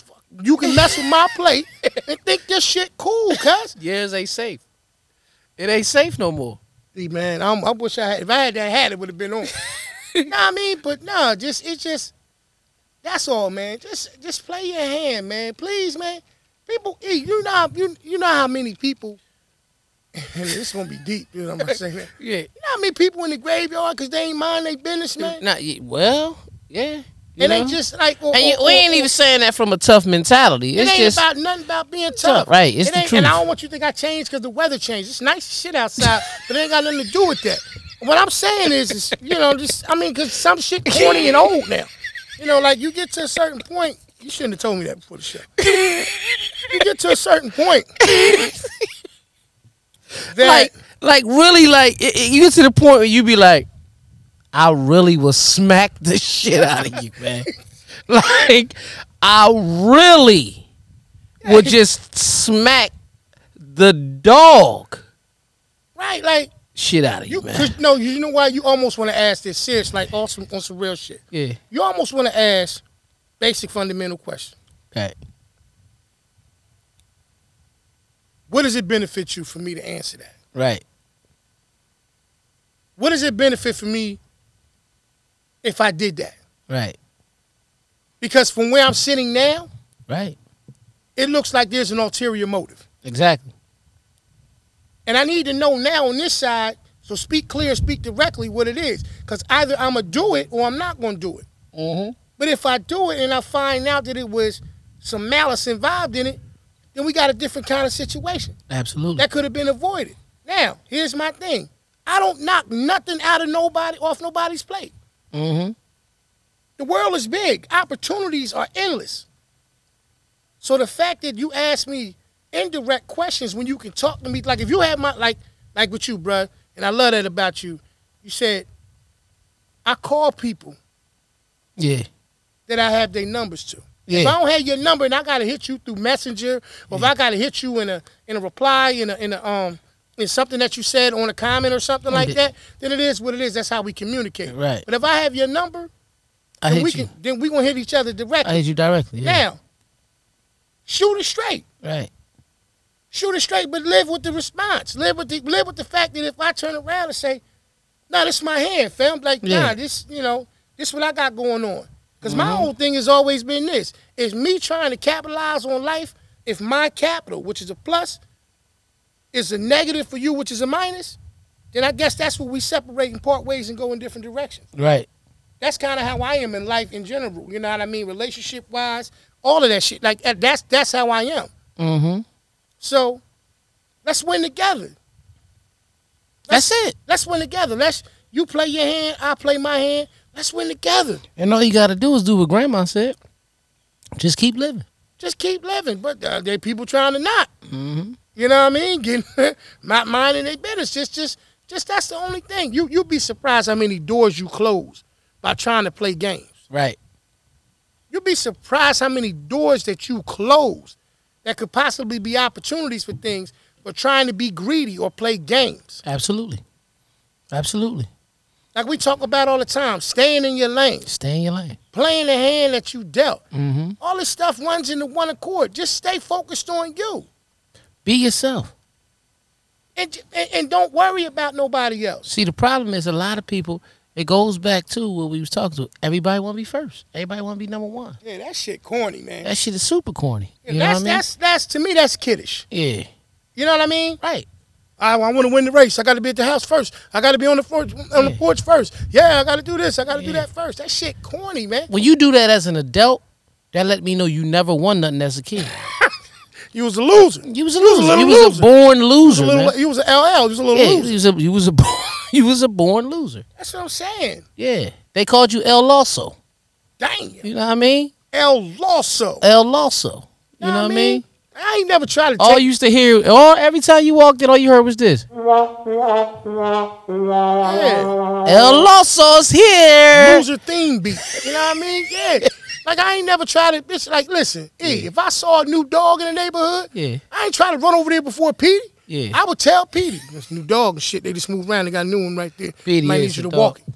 Speaker 2: you can mess with my plate and think this shit cool, cuz.
Speaker 1: Years ain't safe. It ain't safe no more.
Speaker 2: See, man, I'm, I wish I had. If I had that hat, it would have been on. nah, I mean, but no, just it's just that's all, man. Just just play your hand, man. Please, man. People, eh, you know, how- you you know how many people. it's gonna be deep. You know what I'm saying? You know
Speaker 1: Yeah.
Speaker 2: how many people in the graveyard because they ain't mind their business, man.
Speaker 1: Not ye- well. Yeah. you
Speaker 2: And they
Speaker 1: know?
Speaker 2: just like, or-
Speaker 1: And you-
Speaker 2: or-
Speaker 1: we
Speaker 2: or-
Speaker 1: ain't
Speaker 2: or-
Speaker 1: even saying that from a tough mentality.
Speaker 2: It
Speaker 1: It's
Speaker 2: ain't
Speaker 1: just
Speaker 2: about nothing about being
Speaker 1: tough,
Speaker 2: tough.
Speaker 1: right, it's
Speaker 2: it
Speaker 1: the
Speaker 2: ain't, And I
Speaker 1: truth.
Speaker 2: don't want you to think I changed because the weather changed. It's nice as shit outside, but it ain't got nothing to do with that. What I'm saying is, is you know, just I mean, because some shit corny and old now. You know, like you get to a certain point. You shouldn't have told me that before the show. you get to a certain point. that,
Speaker 1: like like really like it, it- you get to the point where you be like, I really will smack the shit out of you, man. like I really will just smack the dog
Speaker 2: right, like
Speaker 1: shit out of you,
Speaker 2: you.
Speaker 1: man.
Speaker 2: Cause, no, you know why? You almost want to ask this serious, like on some on some real shit.
Speaker 1: Yeah.
Speaker 2: You almost want to ask basic fundamental question.
Speaker 1: Right.
Speaker 2: What does it benefit you for me to answer that?
Speaker 1: Right.
Speaker 2: what does it benefit for me if I did that?
Speaker 1: Right.
Speaker 2: Because from where I'm sitting now,
Speaker 1: Right.
Speaker 2: it looks like there's an ulterior motive.
Speaker 1: Exactly.
Speaker 2: And I need to know now on this side, so speak clear and speak directly what it is. Because either I'm going to do it or I'm not going to do it.
Speaker 1: Mm-hmm.
Speaker 2: But if I do it and I find out that it was some malice involved in it, then we got a different kind of situation.
Speaker 1: Absolutely.
Speaker 2: That could have been avoided. Now, here's my thing I don't knock nothing out of nobody, off nobody's plate.
Speaker 1: Mm-hmm.
Speaker 2: The world is big. Opportunities are endless. So the fact that you ask me indirect questions when you can talk to me, like if you had my like like with you, bruh, and I love that about you. You said I call people
Speaker 1: Yeah.
Speaker 2: that I have their numbers to. If
Speaker 1: Yeah. Mm.
Speaker 2: I don't have your number and I gotta hit you through messenger, or if I gotta hit you in a in a reply in a in a um in something that you said on a comment or something like
Speaker 1: Indeed.
Speaker 2: that, then it is what it is. That's how we communicate.
Speaker 1: Right.
Speaker 2: But if I have your number,
Speaker 1: I
Speaker 2: then we
Speaker 1: hit you.
Speaker 2: can then we gonna hit each other directly.
Speaker 1: I hit you directly. Yeah.
Speaker 2: Now, shoot it straight.
Speaker 1: Right.
Speaker 2: Shoot it straight, but live with the response. Live with the live with the fact that if I turn around and say, "Nah, this my hand, fam," like,
Speaker 1: Yeah.
Speaker 2: "Nah, this you know, this what I got going on." because my whole thing has always been this: is me trying to capitalize on life. If my capital, which is a plus, is a negative for you, which is a minus, then I guess that's where we separate and part ways and go in different directions.
Speaker 1: Right.
Speaker 2: That's kind of how I am in life in general. You know what I mean? Relationship wise, all of that shit. Like that- that's that's how I am.
Speaker 1: Mm-hmm.
Speaker 2: So let's win together.
Speaker 1: That's it.
Speaker 2: Let's win together. Let's you play your hand, I play my hand. Let's win together.
Speaker 1: And all you gotta do is do what grandma said. Just keep living.
Speaker 2: Just keep living. But uh, there people trying to not.
Speaker 1: Mm-hmm.
Speaker 2: You know what I mean? Getting not minding their business. Just just just that's the only thing. You you'd be surprised how many doors you close by trying to play games.
Speaker 1: Right.
Speaker 2: You'd be surprised how many doors that you close that could possibly be opportunities for things for trying to be greedy or play games.
Speaker 1: Absolutely. Absolutely.
Speaker 2: Like we talk about all the time, staying in your lane,
Speaker 1: Stay in your lane.
Speaker 2: playing the hand that you dealt.
Speaker 1: Mm-hmm.
Speaker 2: All this stuff runs into one accord. Just stay focused on you.
Speaker 1: Be yourself.
Speaker 2: And, j- and, and don't worry about nobody else.
Speaker 1: See, the problem is a lot of people. It goes back to what we was talking to. Everybody want to be first. Everybody want to be number one.
Speaker 2: Yeah, that shit corny, man.
Speaker 1: That shit is super corny.
Speaker 2: Yeah,
Speaker 1: You know
Speaker 2: that's,
Speaker 1: what I mean?
Speaker 2: that's, that's, to me, that's kiddish.
Speaker 1: yeah.
Speaker 2: You know what I mean?
Speaker 1: Right.
Speaker 2: I, I want to win the race. I got to be at the house first. I got to be on the porch, on the
Speaker 1: Yeah.
Speaker 2: porch first. Yeah, I got to do this. I got to do
Speaker 1: Yeah.
Speaker 2: that first. That shit corny, man.
Speaker 1: When you do that as an adult, that let me know you never won nothing as a kid.
Speaker 2: You was a loser.
Speaker 1: You was a
Speaker 2: You was a
Speaker 1: loser.
Speaker 2: little
Speaker 1: You was a,
Speaker 2: loser.
Speaker 1: born loser.
Speaker 2: You was a little,
Speaker 1: man.
Speaker 2: you was an LL. You was a little
Speaker 1: yeah,
Speaker 2: loser.
Speaker 1: you was a you was a born, you was a born loser.
Speaker 2: That's what I'm saying.
Speaker 1: Yeah, they called you El Loso.
Speaker 2: Dang,
Speaker 1: You know what I mean?
Speaker 2: El Loso.
Speaker 1: El Loso. You know what I mean?
Speaker 2: I ain't never tried to
Speaker 1: All
Speaker 2: take.
Speaker 1: you used to hear, all every time you walked in, all you heard was this:
Speaker 2: yeah.
Speaker 1: El Loso's here.
Speaker 2: loser theme beat. You know what I mean? Yeah. Like I ain't never tried to bitch. Like listen, E, if I saw a new dog in the neighborhood,
Speaker 1: Yeah.
Speaker 2: I ain't trying to run over there before Petey.
Speaker 1: Yeah.
Speaker 2: I would tell Petey, this new dog and shit. They just moved around. They got a new one right there.
Speaker 1: Petey
Speaker 2: might
Speaker 1: is
Speaker 2: need you to
Speaker 1: the
Speaker 2: walk
Speaker 1: dog.
Speaker 2: it.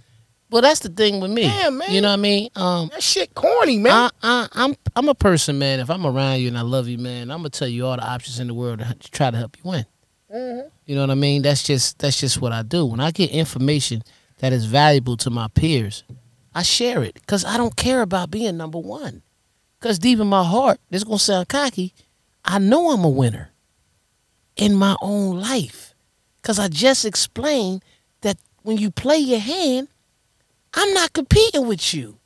Speaker 1: Well, that's the thing with me.
Speaker 2: Yeah, man.
Speaker 1: You know what I mean? Um,
Speaker 2: That shit corny, man.
Speaker 1: I, I, I'm I'm a person, man. If I'm around you and I love you, man, I'm gonna tell you all the options in the world to h- try to help you win.
Speaker 2: Mhm.
Speaker 1: You know what I mean? That's just that's just what I do. When I get information that is valuable to my peers, I share it because I don't care about being number one. Because deep in my heart, this gonna sound cocky. I know I'm a winner in my own life. Because I just explained that when you play your hand, I'm not competing with you.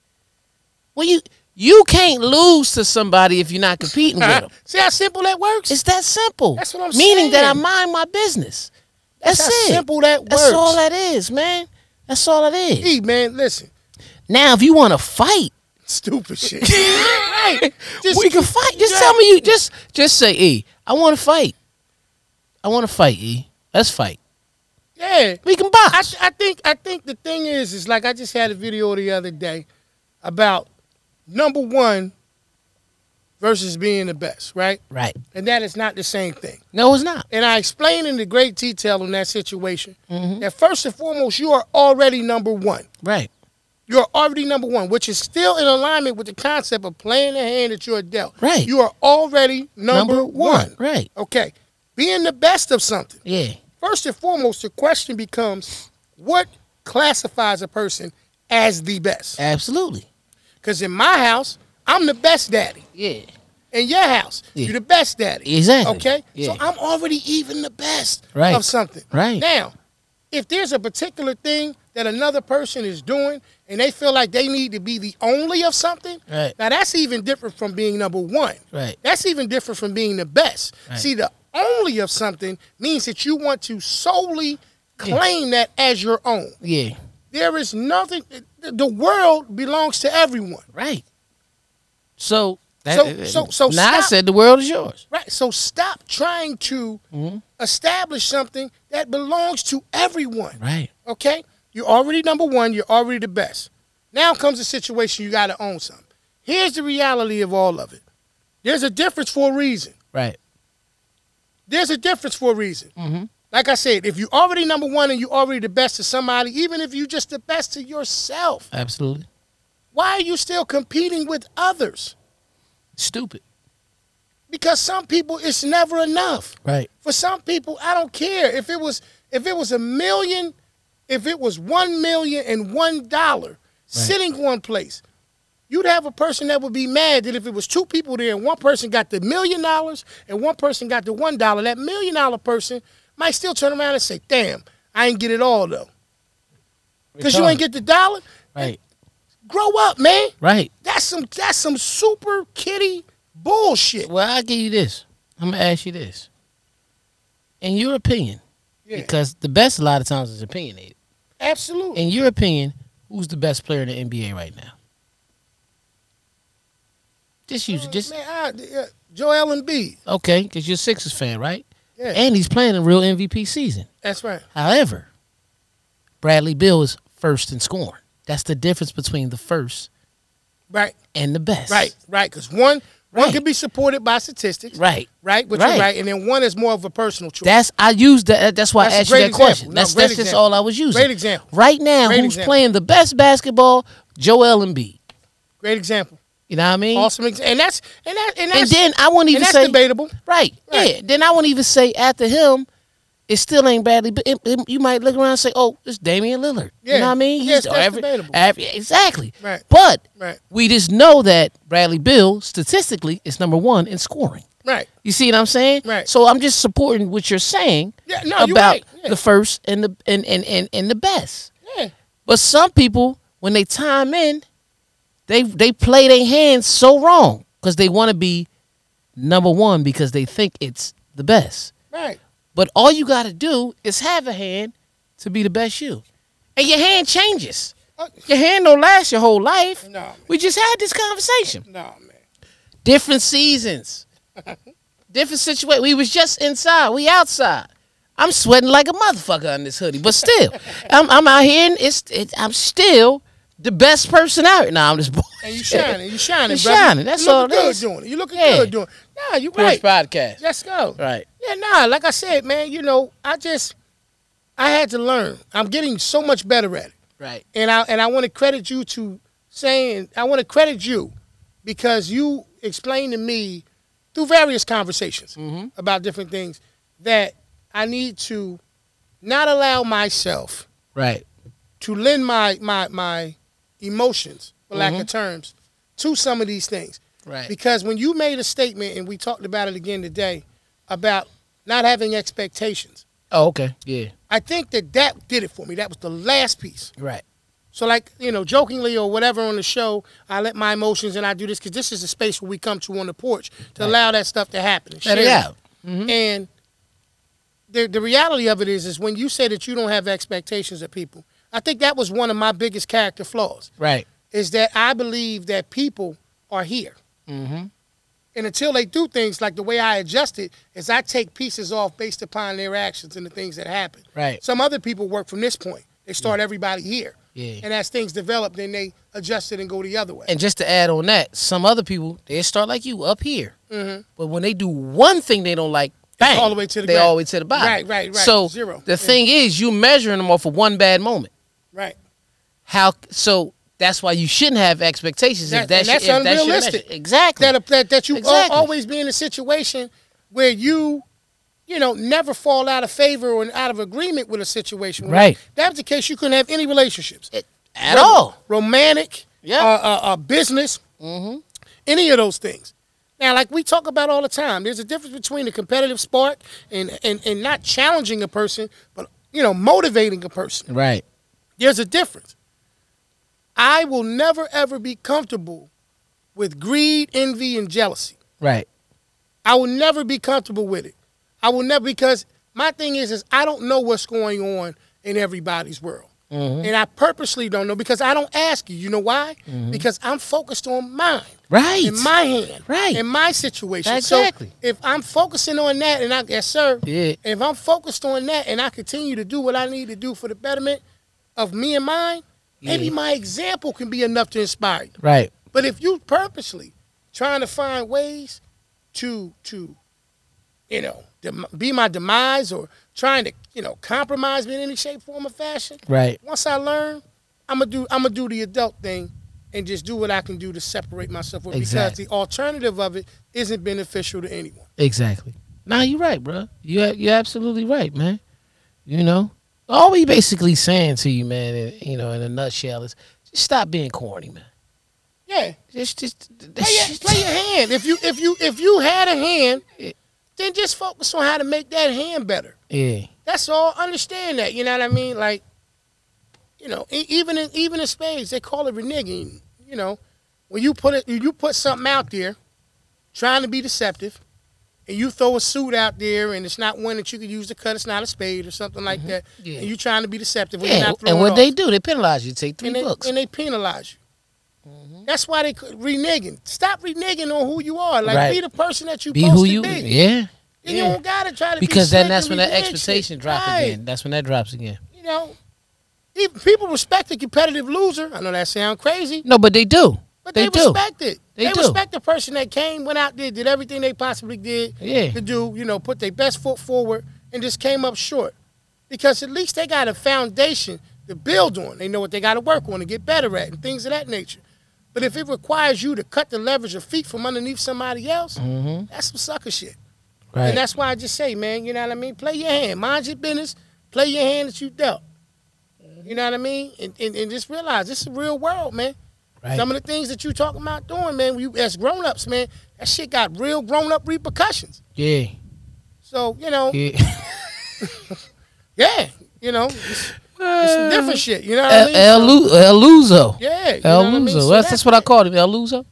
Speaker 1: Well, you you can't lose to somebody if you're not competing with them.
Speaker 2: See how simple that works?
Speaker 1: It's that simple.
Speaker 2: That's what I'm
Speaker 1: Meaning that I
Speaker 2: saying.
Speaker 1: mind my business. That's,
Speaker 2: how
Speaker 1: it.
Speaker 2: simple that works.
Speaker 1: That's all that is, man. That's all it is.
Speaker 2: E, man, listen.
Speaker 1: Now, if you want to fight,
Speaker 2: Stupid shit. right. Just,
Speaker 1: we can fight. Just tell me you just just say, E, I want to fight. I want to fight, E. Let's fight.
Speaker 2: Yeah.
Speaker 1: We can
Speaker 2: I,
Speaker 1: box.
Speaker 2: I think I think the thing is is like I just had a video the other day about number one versus being the best, right?
Speaker 1: right.
Speaker 2: And that is not the same thing.
Speaker 1: No, it's not.
Speaker 2: And I explained in the great detail in that situation
Speaker 1: Mhm.
Speaker 2: that first and foremost you are already number one.
Speaker 1: Right.
Speaker 2: You're already number one, which is still in alignment with the concept of playing the hand that you're dealt.
Speaker 1: Right.
Speaker 2: You are already number, one.
Speaker 1: Right.
Speaker 2: Okay. Being the best of something.
Speaker 1: Yeah.
Speaker 2: First and foremost, the question becomes what classifies a person as the best?
Speaker 1: Absolutely.
Speaker 2: Because in my house, I'm the best daddy.
Speaker 1: Yeah.
Speaker 2: In your house,
Speaker 1: Yeah.
Speaker 2: you're the best daddy.
Speaker 1: Exactly.
Speaker 2: Okay?
Speaker 1: Yeah.
Speaker 2: So I'm already even the best
Speaker 1: Right.
Speaker 2: of something.
Speaker 1: Right.
Speaker 2: Now, if there's a particular thing that another person is doing and they feel like they need to be the only of something,
Speaker 1: Right.
Speaker 2: now that's even different from being number one.
Speaker 1: Right.
Speaker 2: That's even different from being the best.
Speaker 1: Right.
Speaker 2: See, the only of something means that you want to solely claim that as your own.
Speaker 1: Yeah.
Speaker 2: There is nothing, the- the world belongs to everyone.
Speaker 1: Right. So uh,
Speaker 2: So- so- so
Speaker 1: now I
Speaker 2: stop.
Speaker 1: said the world is yours.
Speaker 2: Right. So stop trying to
Speaker 1: Mhm.
Speaker 2: establish something that belongs to everyone.
Speaker 1: Right.
Speaker 2: Okay? You're already number one, you're already the best. Now comes the situation you gotta own something. Here's the reality of all of it. There's a difference for a reason.
Speaker 1: Right.
Speaker 2: There's a difference for a reason.
Speaker 1: Mm-hmm.
Speaker 2: Like I said, if you're already number one and you're already the best to somebody, even if you're just the best to yourself,
Speaker 1: Absolutely.
Speaker 2: why are you still competing with others?
Speaker 1: Stupid.
Speaker 2: Because some people it's never enough.
Speaker 1: Right.
Speaker 2: for some people i don't care if it was if it was a million if it was one million and one dollar sitting one place you'd have a person that would be mad that if it was two people there and one person got the million dollars and one person got the one dollar that million dollar person might still turn around and say damn i ain't get it all though because you ain't get the dollar
Speaker 1: Right.
Speaker 2: grow up man
Speaker 1: Right.
Speaker 2: that's some that's some super kitty bullshit
Speaker 1: Well, I'll give you this. I'm gonna ask you this. In your opinion,
Speaker 2: yeah,
Speaker 1: because the best a lot of times is opinionated.
Speaker 2: absolutely
Speaker 1: In your opinion, who's the best player in the NBA right now? Just use
Speaker 2: Uh,
Speaker 1: just
Speaker 2: man, I, uh, Joel Embiid.
Speaker 1: okay, because you're a Sixers fan, right?
Speaker 2: Yeah,
Speaker 1: And he's playing a real MVP season.
Speaker 2: that's right.
Speaker 1: However, Bradley Bill is first in scoring. That's the difference between the first
Speaker 2: Right,
Speaker 1: and the best.
Speaker 2: right, right. Because one one
Speaker 1: Right.
Speaker 2: can be supported by statistics, right?
Speaker 1: Right.
Speaker 2: which
Speaker 1: Right.
Speaker 2: you're right, and then one is more of a personal choice.
Speaker 1: That's I used that. That's why
Speaker 2: That's a
Speaker 1: I asked you
Speaker 2: great
Speaker 1: that question.
Speaker 2: example. No,
Speaker 1: That's
Speaker 2: great
Speaker 1: that's just
Speaker 2: example.
Speaker 1: all I was using.
Speaker 2: Great example.
Speaker 1: Right now,
Speaker 2: Great
Speaker 1: who's
Speaker 2: example.
Speaker 1: playing the best basketball? Joel Embiid.
Speaker 2: Great example.
Speaker 1: You know what I mean?
Speaker 2: Awesome. Ex- and that's and that and that's
Speaker 1: and then I wouldn't
Speaker 2: and
Speaker 1: even
Speaker 2: that's
Speaker 1: say
Speaker 2: debatable.
Speaker 1: right,
Speaker 2: Right.
Speaker 1: Yeah. Then I wouldn't even say after him. It still ain't badly, but it- it- you might look around and say, "Oh, it's Damian Lillard."
Speaker 2: Yeah.
Speaker 1: You know what I mean?
Speaker 2: Yes, that's
Speaker 1: every-
Speaker 2: debatable.
Speaker 1: every- exactly.
Speaker 2: Right.
Speaker 1: But
Speaker 2: Right,
Speaker 1: we just know that Bradley Bill statistically is number one in scoring.
Speaker 2: right.
Speaker 1: You see what I'm saying?
Speaker 2: Right.
Speaker 1: So I'm just supporting what you're saying
Speaker 2: Yeah, no, you're
Speaker 1: about
Speaker 2: right. Yeah.
Speaker 1: the first and the and, and, and, and the best.
Speaker 2: Yeah,
Speaker 1: But some people, when they time in, they they play their hands so wrong because they want to be Number one, because they think it's the best.
Speaker 2: Right.
Speaker 1: But all you got to do is have a hand to be the best you. And your hand changes.
Speaker 2: Uh,
Speaker 1: Your hand don't last your whole life.
Speaker 2: No, man.
Speaker 1: We just had this conversation.
Speaker 2: no, man.
Speaker 1: Different seasons. Different situation. We was just inside. We outside. I'm sweating like a motherfucker on this hoodie, but still, I'm, I'm out here and it's it, I'm still the best person out. here. Nah, I'm just
Speaker 2: And you shining. You shining,
Speaker 1: You
Speaker 2: brother.
Speaker 1: shining, that's
Speaker 2: you looking
Speaker 1: all it
Speaker 2: good
Speaker 1: is.
Speaker 2: doing it. You looking
Speaker 1: Yeah.
Speaker 2: good doing it. Nah, you
Speaker 1: Porch
Speaker 2: right.
Speaker 1: podcast.
Speaker 2: Let's go.
Speaker 1: Right.
Speaker 2: Yeah, nah, like I said, man, you know, I just I had to learn. I'm getting so much better at it.
Speaker 1: Right.
Speaker 2: And I and I want to credit you to saying I want to credit you because you explained to me through various conversations
Speaker 1: Mhm.
Speaker 2: about different things that I need to not allow myself
Speaker 1: Right.
Speaker 2: to lend my my my emotions, for lack of terms, to some of these things.
Speaker 1: Right.
Speaker 2: Because when you made a statement and we talked about it again today about not having expectations,
Speaker 1: Oh, okay. Yeah.
Speaker 2: I think that that did it for me. That was the last piece.
Speaker 1: Right.
Speaker 2: So like you know, jokingly or whatever on the show, I let my emotions and I do this because this is a space where we come to on the porch to
Speaker 1: Right.
Speaker 2: allow that stuff to happen. and
Speaker 1: Let it
Speaker 2: share
Speaker 1: out. Mhm.
Speaker 2: and the the reality of it is, is when you say that you don't have expectations of people, I think that was one of my biggest character flaws.
Speaker 1: Right.
Speaker 2: Is that I believe that people are here,
Speaker 1: Mm-hmm.
Speaker 2: and until they do things like the way I adjust it, is I take pieces off based upon their actions and the things that happen.
Speaker 1: Right.
Speaker 2: Some other people work from this point; they start everybody here,
Speaker 1: Yeah.
Speaker 2: and as things develop, then they adjust it and go the other way.
Speaker 1: And just to add on that, some other people they start like you up here,
Speaker 2: Mhm.
Speaker 1: but when they do one thing they don't like, bang,
Speaker 2: all the way to the
Speaker 1: they
Speaker 2: ground.
Speaker 1: all the way to the bottom.
Speaker 2: Right, right, right.
Speaker 1: So
Speaker 2: Zero.
Speaker 1: the
Speaker 2: Yeah.
Speaker 1: thing is, you measuring them off of one bad moment.
Speaker 2: Right.
Speaker 1: How so? That's why you shouldn't have expectations.
Speaker 2: That-
Speaker 1: if that's,
Speaker 2: and that's
Speaker 1: your, if that's your
Speaker 2: unrealistic.
Speaker 1: measure. exactly.
Speaker 2: that that, that you al-
Speaker 1: Exactly.
Speaker 2: always be in a situation where you you know never fall out of favor or out of agreement with a situation
Speaker 1: Right.
Speaker 2: If that was the case you couldn't have any relationships
Speaker 1: It- at
Speaker 2: Whether
Speaker 1: all.
Speaker 2: romantic
Speaker 1: Yeah.
Speaker 2: uh, uh, uh, business
Speaker 1: Mm-hmm.
Speaker 2: any of those things now like we talk about all the time there's a difference between a competitive spark and and, and not challenging a person but you know motivating a person
Speaker 1: Right.
Speaker 2: there's a difference. I will never ever be comfortable with greed, envy, and jealousy.
Speaker 1: Right.
Speaker 2: I will never be comfortable with it. I will never because my thing is is I don't know what's going on in everybody's world.
Speaker 1: Mhm.
Speaker 2: And I purposely don't know because I don't ask you. You know why? Because I'm focused on mine.
Speaker 1: Mm-hmm. Right.
Speaker 2: In my hand.
Speaker 1: Right.
Speaker 2: In my situation.
Speaker 1: Exactly.
Speaker 2: So if I'm focusing on that and I yes, sir,
Speaker 1: yeah.
Speaker 2: if I'm focused on that and I continue to do what I need to do for the betterment of me and mine, maybe
Speaker 1: Yeah.
Speaker 2: my example can be enough to inspire you.
Speaker 1: Right.
Speaker 2: But if you purposely trying to find ways to to you know dem- be my demise or trying to you know compromise me in any shape, form, or fashion,
Speaker 1: Right.
Speaker 2: once I learn, I'm gonna do I'm gonna do the adult thing and just do what I can do to separate myself with
Speaker 1: Exactly.
Speaker 2: because the alternative of it isn't beneficial to anyone.
Speaker 1: Exactly. Nah, you're right, bro. You you're absolutely right, man. You know, all we basically saying to you, man, in, you know, in a nutshell is just stop being corny, man.
Speaker 2: Yeah.
Speaker 1: Just, just,
Speaker 2: play your, play your hand. If you if you if you had a hand, then just focus on how to make that hand better.
Speaker 1: yeah,
Speaker 2: That's all. Understand that. You know what I mean? Like, you know, e- even in even in spades, they call it reneging. You know, when you put it, you put something out there, trying to be deceptive, and you throw a suit out there, and it's not one that you can use to cut. It's not a spade or something like that.
Speaker 1: Mm-hmm. Yeah.
Speaker 2: And you trying to be deceptive. when you're
Speaker 1: yeah.
Speaker 2: not throwing
Speaker 1: And what
Speaker 2: off.
Speaker 1: they do, they penalize you. Take three
Speaker 2: and they,
Speaker 1: books. Mm-hmm.
Speaker 2: and they penalize you. That's why they could- reneging. Stop reneging on who you are. Like
Speaker 1: Right.
Speaker 2: be the person that you
Speaker 1: be
Speaker 2: supposed
Speaker 1: who
Speaker 2: to
Speaker 1: you,
Speaker 2: be.
Speaker 1: yeah.
Speaker 2: Then
Speaker 1: yeah.
Speaker 2: you don't gotta try to be
Speaker 1: Because then
Speaker 2: slick
Speaker 1: that's
Speaker 2: and
Speaker 1: when that
Speaker 2: renege shit.
Speaker 1: expectation drop
Speaker 2: Right.
Speaker 1: again. That's when that drops again.
Speaker 2: You know, even people respect a competitive loser. I know that sounds crazy,
Speaker 1: No, but they do.
Speaker 2: but
Speaker 1: They
Speaker 2: they,
Speaker 1: do.
Speaker 2: respect it.
Speaker 1: They do.
Speaker 2: respect the person that came, went out there, did everything they possibly did
Speaker 1: Yeah.
Speaker 2: to do. You know, put their best foot forward and just came up short. Because at least they got a foundation to build on. They know what they got to work on to get better at and things of that nature. But if it requires you to cut the leverage of feet from underneath somebody else,
Speaker 1: Mm-hmm.
Speaker 2: that's some sucker shit.
Speaker 1: Right.
Speaker 2: And that's why I just say, man, you know what I mean? Play your hand. Mind your business. Play your hand that you dealt. You know what I mean? And, and, and just realize this is a real world, man.
Speaker 1: right.
Speaker 2: Some of the things that you talking about doing, man, you as grown ups, man, that shit got real grown up repercussions.
Speaker 1: yeah.
Speaker 2: So, you know, yeah,
Speaker 1: Yeah.
Speaker 2: you know, it's, it's some different shit. You know what I
Speaker 1: El,
Speaker 2: mean?
Speaker 1: El, Lu- El Luzo.
Speaker 2: yeah. you know
Speaker 1: El
Speaker 2: what I mean?
Speaker 1: Luzo.
Speaker 2: So
Speaker 1: that's, that's what I
Speaker 2: it.
Speaker 1: called him. El Luzo.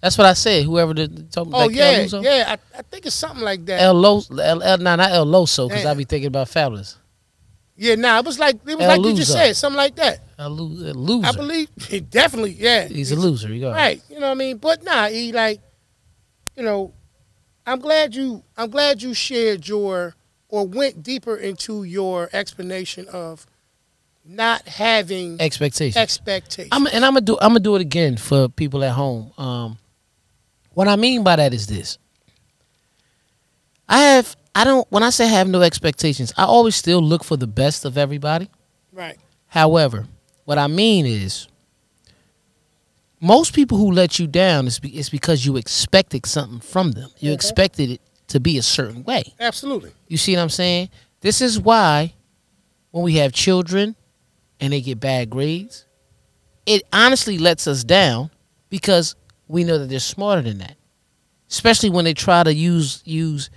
Speaker 1: That's what I said. Whoever the, told me.
Speaker 2: Oh
Speaker 1: like
Speaker 2: yeah,
Speaker 1: El Luso?
Speaker 2: yeah. I, I think it's something like that.
Speaker 1: El Loso. El, El, nah, not El Loso, because
Speaker 2: Yeah.
Speaker 1: I be thinking about Fabulous.
Speaker 2: yeah, nah. It was like it was
Speaker 1: El
Speaker 2: like you just
Speaker 1: Luso.
Speaker 2: said something like that.
Speaker 1: A lo- a loser.
Speaker 2: I believe he definitely. Yeah,
Speaker 1: he's a loser. You go.
Speaker 2: Right. You know what I mean? But nah, he like, you know, I'm glad you I'm glad you shared your or went deeper into your explanation of not having
Speaker 1: Expectations.
Speaker 2: expectations.
Speaker 1: I'm and I'm gonna do I'm gonna do it again for people at home. Um, what I mean by that is this: I have I don't when I say have no expectations, I always still look for the best of everybody.
Speaker 2: right.
Speaker 1: However, what I mean is, most people who let you down is be, it's because you expected something from them. You
Speaker 2: Mhm.
Speaker 1: expected it to be a certain way.
Speaker 2: Absolutely.
Speaker 1: You see what I'm saying? This is why when we have children and they get bad grades, it honestly lets us down because we know that they're smarter than that. Especially when they try to use use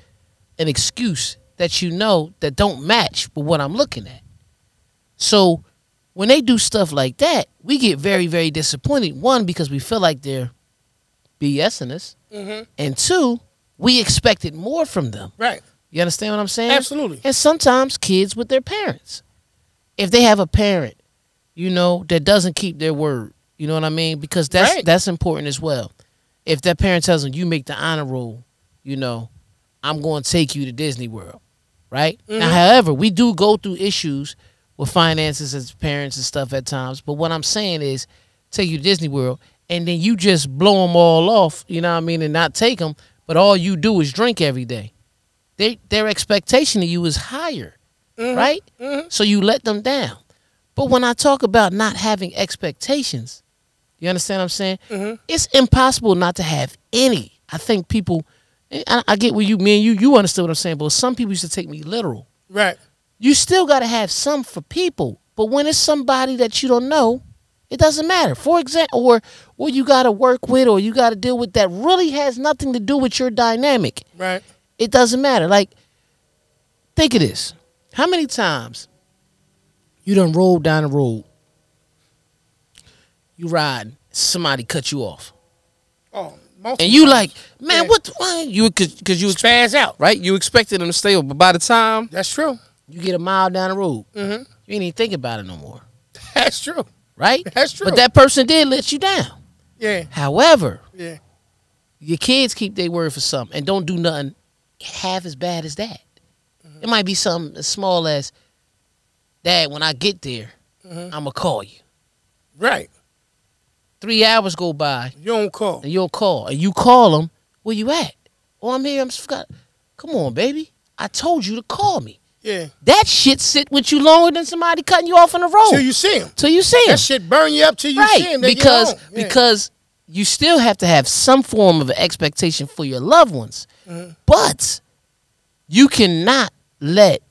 Speaker 1: an excuse that you know that don't match with what I'm looking at. So when they do stuff like that, we get very, very disappointed. One, because we feel like they're BSing us.
Speaker 2: hmm
Speaker 1: And two, we expected more from them.
Speaker 2: Right.
Speaker 1: You understand what I'm saying?
Speaker 2: Absolutely.
Speaker 1: And sometimes kids with their parents. If they have a parent, you know, that doesn't keep their word, you know what I mean? Because that's
Speaker 2: Right.
Speaker 1: that's important as well. If that parent tells them you make the honor roll, you know, I'm going to take you to Disney World, right? Now,
Speaker 2: Mhm.
Speaker 1: however, we do go through issues with finances as parents and stuff at times. But what I'm saying is, take you to Disney World, and then you just blow them all off, you know what I mean, and not take them. But all you do is drink every day. They, their expectation of you is higher,
Speaker 2: Mhm.
Speaker 1: right?
Speaker 2: Mhm.
Speaker 1: So you let them down. But when I talk about not having expectations, you understand what I'm saying?
Speaker 2: Mhm.
Speaker 1: It's impossible not to have any. I think people, eh, I, I get where you, me and you, you understood what I'm saying, but some people used to take me literal.
Speaker 2: Right.
Speaker 1: You still got to have some for people, but when it's somebody that you don't know, it doesn't matter. For example, or or you got to work with, or you got to deal with that really has nothing to do with your dynamic
Speaker 2: Right.
Speaker 1: it doesn't matter. Like, think of this. How many times you done rolled down the road, you riding, somebody cut you off.
Speaker 2: Oh, multiple
Speaker 1: And you
Speaker 2: times.
Speaker 1: like, man,
Speaker 2: Yeah.
Speaker 1: what the what? you cause, cause you expect
Speaker 2: spaz out.
Speaker 1: right? You expected them to stay over, but by the time
Speaker 2: That's true.
Speaker 1: you Mm-hmm. get a mile down the road,
Speaker 2: hmm
Speaker 1: you ain't even think about it no more.
Speaker 2: That's true.
Speaker 1: Right?
Speaker 2: That's true.
Speaker 1: But that person did let you down.
Speaker 2: Yeah.
Speaker 1: However,
Speaker 2: Yeah.
Speaker 1: your kids keep their word for something and don't do nothing half as bad as that.
Speaker 2: Mm-hmm.
Speaker 1: It might be something as small as, Dad, when I get there,
Speaker 2: Mhm.
Speaker 1: I'ma call you.
Speaker 2: Right.
Speaker 1: Three hours go by
Speaker 2: You don't call.
Speaker 1: and you'll call. And you call them, where you at? Oh, I'm here, I'm just forgot. Come on, baby. I told you to call me.
Speaker 2: Yeah.
Speaker 1: That shit sit with you longer than somebody cutting you off on the
Speaker 2: Till
Speaker 1: road.
Speaker 2: you see him.
Speaker 1: Till you see him.
Speaker 2: That shit burn you up till you see him. They get
Speaker 1: because
Speaker 2: home. Yeah.
Speaker 1: because you still have to have some form of expectation for your loved ones
Speaker 2: Mhm.
Speaker 1: but you cannot let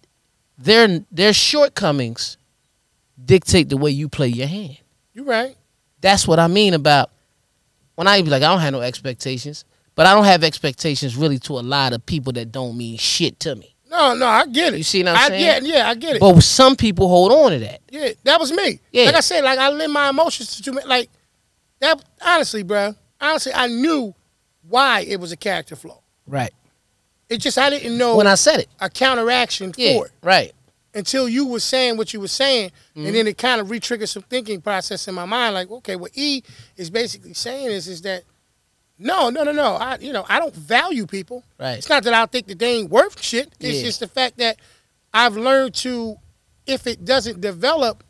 Speaker 1: their their shortcomings dictate the way you play your hand
Speaker 2: you right.
Speaker 1: that's what i mean about when i be like i don't have no expectations but i don't have expectations really to a lot of people that don't mean shit to me
Speaker 2: No, no, I get it.
Speaker 1: You see what I'm
Speaker 2: I
Speaker 1: saying?
Speaker 2: Get, yeah, I get it.
Speaker 1: but some people hold on to that
Speaker 2: yeah, that was me.
Speaker 1: Yeah.
Speaker 2: Like I said, like I lend my emotions to too many. Like that. Honestly, bro. Honestly, I knew why it was a character flaw.
Speaker 1: right
Speaker 2: It just I didn't know
Speaker 1: when i said it
Speaker 2: a counteraction
Speaker 1: yeah
Speaker 2: for it
Speaker 1: right
Speaker 2: until you were saying what you were saying,
Speaker 1: Mhm.
Speaker 2: and then it kind of re-triggered some thinking process in my mind. Like, okay, what E is basically saying is is that no, no, no, no. I you know I don't value people.
Speaker 1: right
Speaker 2: It's not that I think that they ain't worth shit. It's
Speaker 1: Yeah.
Speaker 2: just the fact that I've learned to, if it doesn't develop,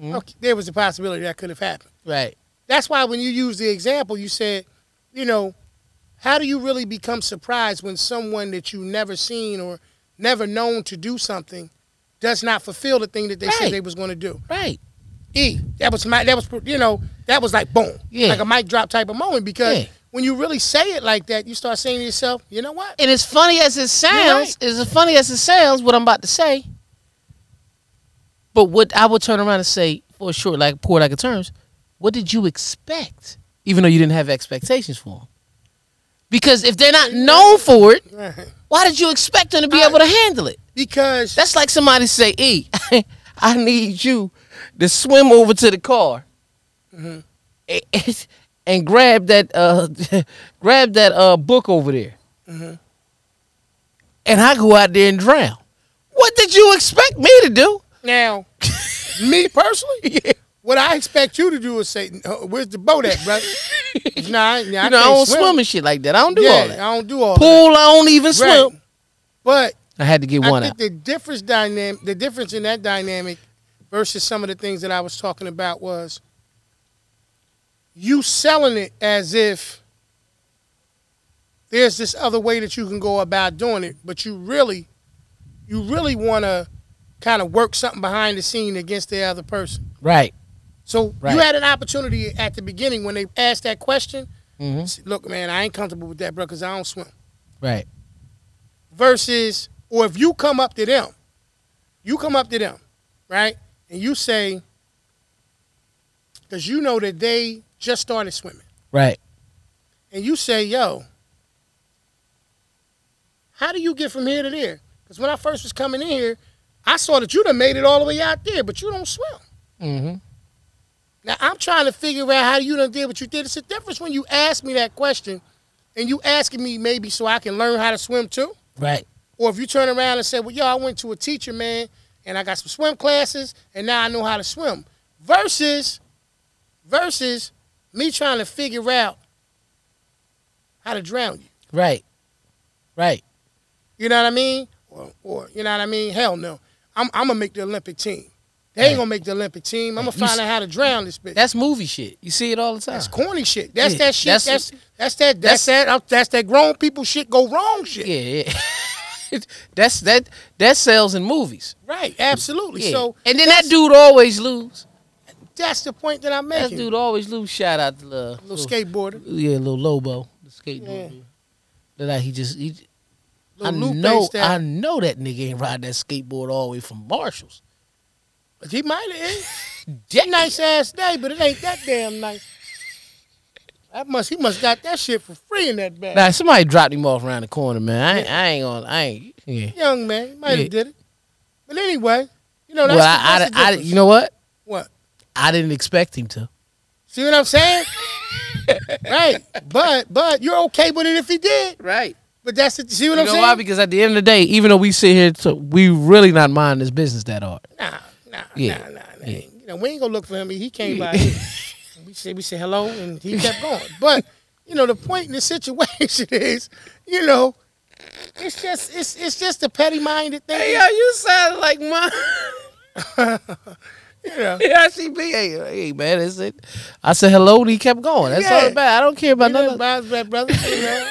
Speaker 1: Mhm.
Speaker 2: okay, there was a possibility that could have happened.
Speaker 1: right
Speaker 2: That's why when you use the example, you said, you know, how do you really become surprised when someone that you never seen or never known to do something does not fulfill the thing that they
Speaker 1: Right.
Speaker 2: said they was going to do?
Speaker 1: right
Speaker 2: E, that was my, that was you know, that was like boom,
Speaker 1: Yeah.
Speaker 2: like a mic drop type of moment because
Speaker 1: Yeah.
Speaker 2: when you really say it like that, you start saying to yourself, you know what?
Speaker 1: And as funny as it sounds, as funny as it sounds, what I'm about to say. But what I would turn around and say for sure, like poor like a terms, what did you expect? Even though you didn't have expectations for them. Because if they're not known for it, why did you expect them to be
Speaker 2: I-
Speaker 1: able to handle it?
Speaker 2: Because
Speaker 1: That's like somebody say, E,
Speaker 2: Mm-hmm.
Speaker 1: I need you to swim over to the car.
Speaker 2: Mhm.
Speaker 1: A- and grab that uh grab that uh book over there.
Speaker 2: Mm-hmm.
Speaker 1: And I go out there and drown. What did you expect me to do?
Speaker 2: Now, me personally, what I expect you to do is say, "No, "Where's the boat at, brother?" nah, I- nah, I
Speaker 1: you know, I,
Speaker 2: can't
Speaker 1: don't swim.
Speaker 2: swim.
Speaker 1: and shit like that. I don't do
Speaker 2: yeah,
Speaker 1: all that.
Speaker 2: I don't do all that.
Speaker 1: Pool, I don't even
Speaker 2: Right.
Speaker 1: swim.
Speaker 2: But
Speaker 1: I had to get
Speaker 2: I
Speaker 1: one
Speaker 2: think
Speaker 1: out.
Speaker 2: the difference dynamic, the difference in that dynamic versus some of the things that I was talking about was you selling it as if there's this other way that you can go about doing it, but you really, you really want to kind of work something behind the scene against the other person.
Speaker 1: Right.
Speaker 2: So
Speaker 1: Right.
Speaker 2: you had an opportunity at the beginning when they asked that question.
Speaker 1: hmm
Speaker 2: Look, man, I ain't comfortable with that, bro, because I don't swim
Speaker 1: Right.
Speaker 2: versus or if you come up to them, you come up to them, right? And you say, because you know that they just started swimming,
Speaker 1: Right.
Speaker 2: and you say, yo, how do you get from here to there? Because when I first was coming in here, I saw that you done made it all the way out there, but you don't swim.
Speaker 1: Mm-hmm.
Speaker 2: Now I'm trying to figure out how you done did what you did. It's a difference when you ask me that question and you asking me maybe so I can learn how to swim too.
Speaker 1: Right.
Speaker 2: Or if you turn around and say, well, yo, I went to a teacher, man, and I got some swim classes, and now I know how to swim. Versus, versus me trying to figure out how to drown you.
Speaker 1: Right. Right.
Speaker 2: You know what I mean? Or, or you know what I mean? Hell no. I'm, I'm going to make the Olympic team. They ain't going to make the Olympic team. I'm going
Speaker 1: You
Speaker 2: to find
Speaker 1: s-
Speaker 2: out how to drown this bitch.
Speaker 1: That's movie shit. You see it all the time.
Speaker 2: That's corny shit. That's
Speaker 1: Yeah,
Speaker 2: that shit.
Speaker 1: that's-
Speaker 2: That's that's, that that's, that uh, that's that grown people shit go wrong shit.
Speaker 1: yeah, yeah. that's that that sells in movies.
Speaker 2: Right. Absolutely.
Speaker 1: Yeah.
Speaker 2: So
Speaker 1: and then that dude always lose.
Speaker 2: that's the point that I'm
Speaker 1: That
Speaker 2: making.
Speaker 1: dude always lose. Shout out to uh,
Speaker 2: little skateboarder.
Speaker 1: Yeah, little Lobo, the skate
Speaker 2: Yeah.
Speaker 1: dude. That I, he just he, I
Speaker 2: Little Lupe
Speaker 1: know I
Speaker 2: style.
Speaker 1: know that nigga ain't ride that skateboard all the way from Marshalls.
Speaker 2: He might have.
Speaker 1: Jack-
Speaker 2: eh? nice ass day, but it ain't that damn nice. That must he must got that shit for free in that bag.
Speaker 1: Nah, somebody dropped him off around the corner, man. I, ain't I ain't gonna, I ain't. Yeah.
Speaker 2: Young man, he might
Speaker 1: Yeah.
Speaker 2: have did it. But anyway, you know that's,
Speaker 1: well,
Speaker 2: the,
Speaker 1: I,
Speaker 2: that's the
Speaker 1: I, I,
Speaker 2: difference.
Speaker 1: you know what?
Speaker 2: what?
Speaker 1: I didn't expect him to.
Speaker 2: See what I'm saying? right. But but you're okay with it if he did.
Speaker 1: Right.
Speaker 2: But that's the, see what
Speaker 1: You
Speaker 2: I'm
Speaker 1: know
Speaker 2: saying?
Speaker 1: why? Because at the end of the day, even though we sit here, to, we really not mind this business that hard.
Speaker 2: Nah, nah,
Speaker 1: Yeah.
Speaker 2: nah, nah, nah.
Speaker 1: Yeah.
Speaker 2: You know, we ain't gonna look for him. He came
Speaker 1: Yeah.
Speaker 2: by. here. we said we said hello, and he kept going. But you know, the point in the situation is, you know, it's just it's it's just a petty minded thing.
Speaker 1: you sound like mom.
Speaker 2: You know,
Speaker 1: yeah, she be. Hey, hey, man, that's it. I said hello, and he kept going. That's all
Speaker 2: Yeah.
Speaker 1: about. I don't care about
Speaker 2: you know
Speaker 1: nothing.
Speaker 2: Bob's that brother. You know,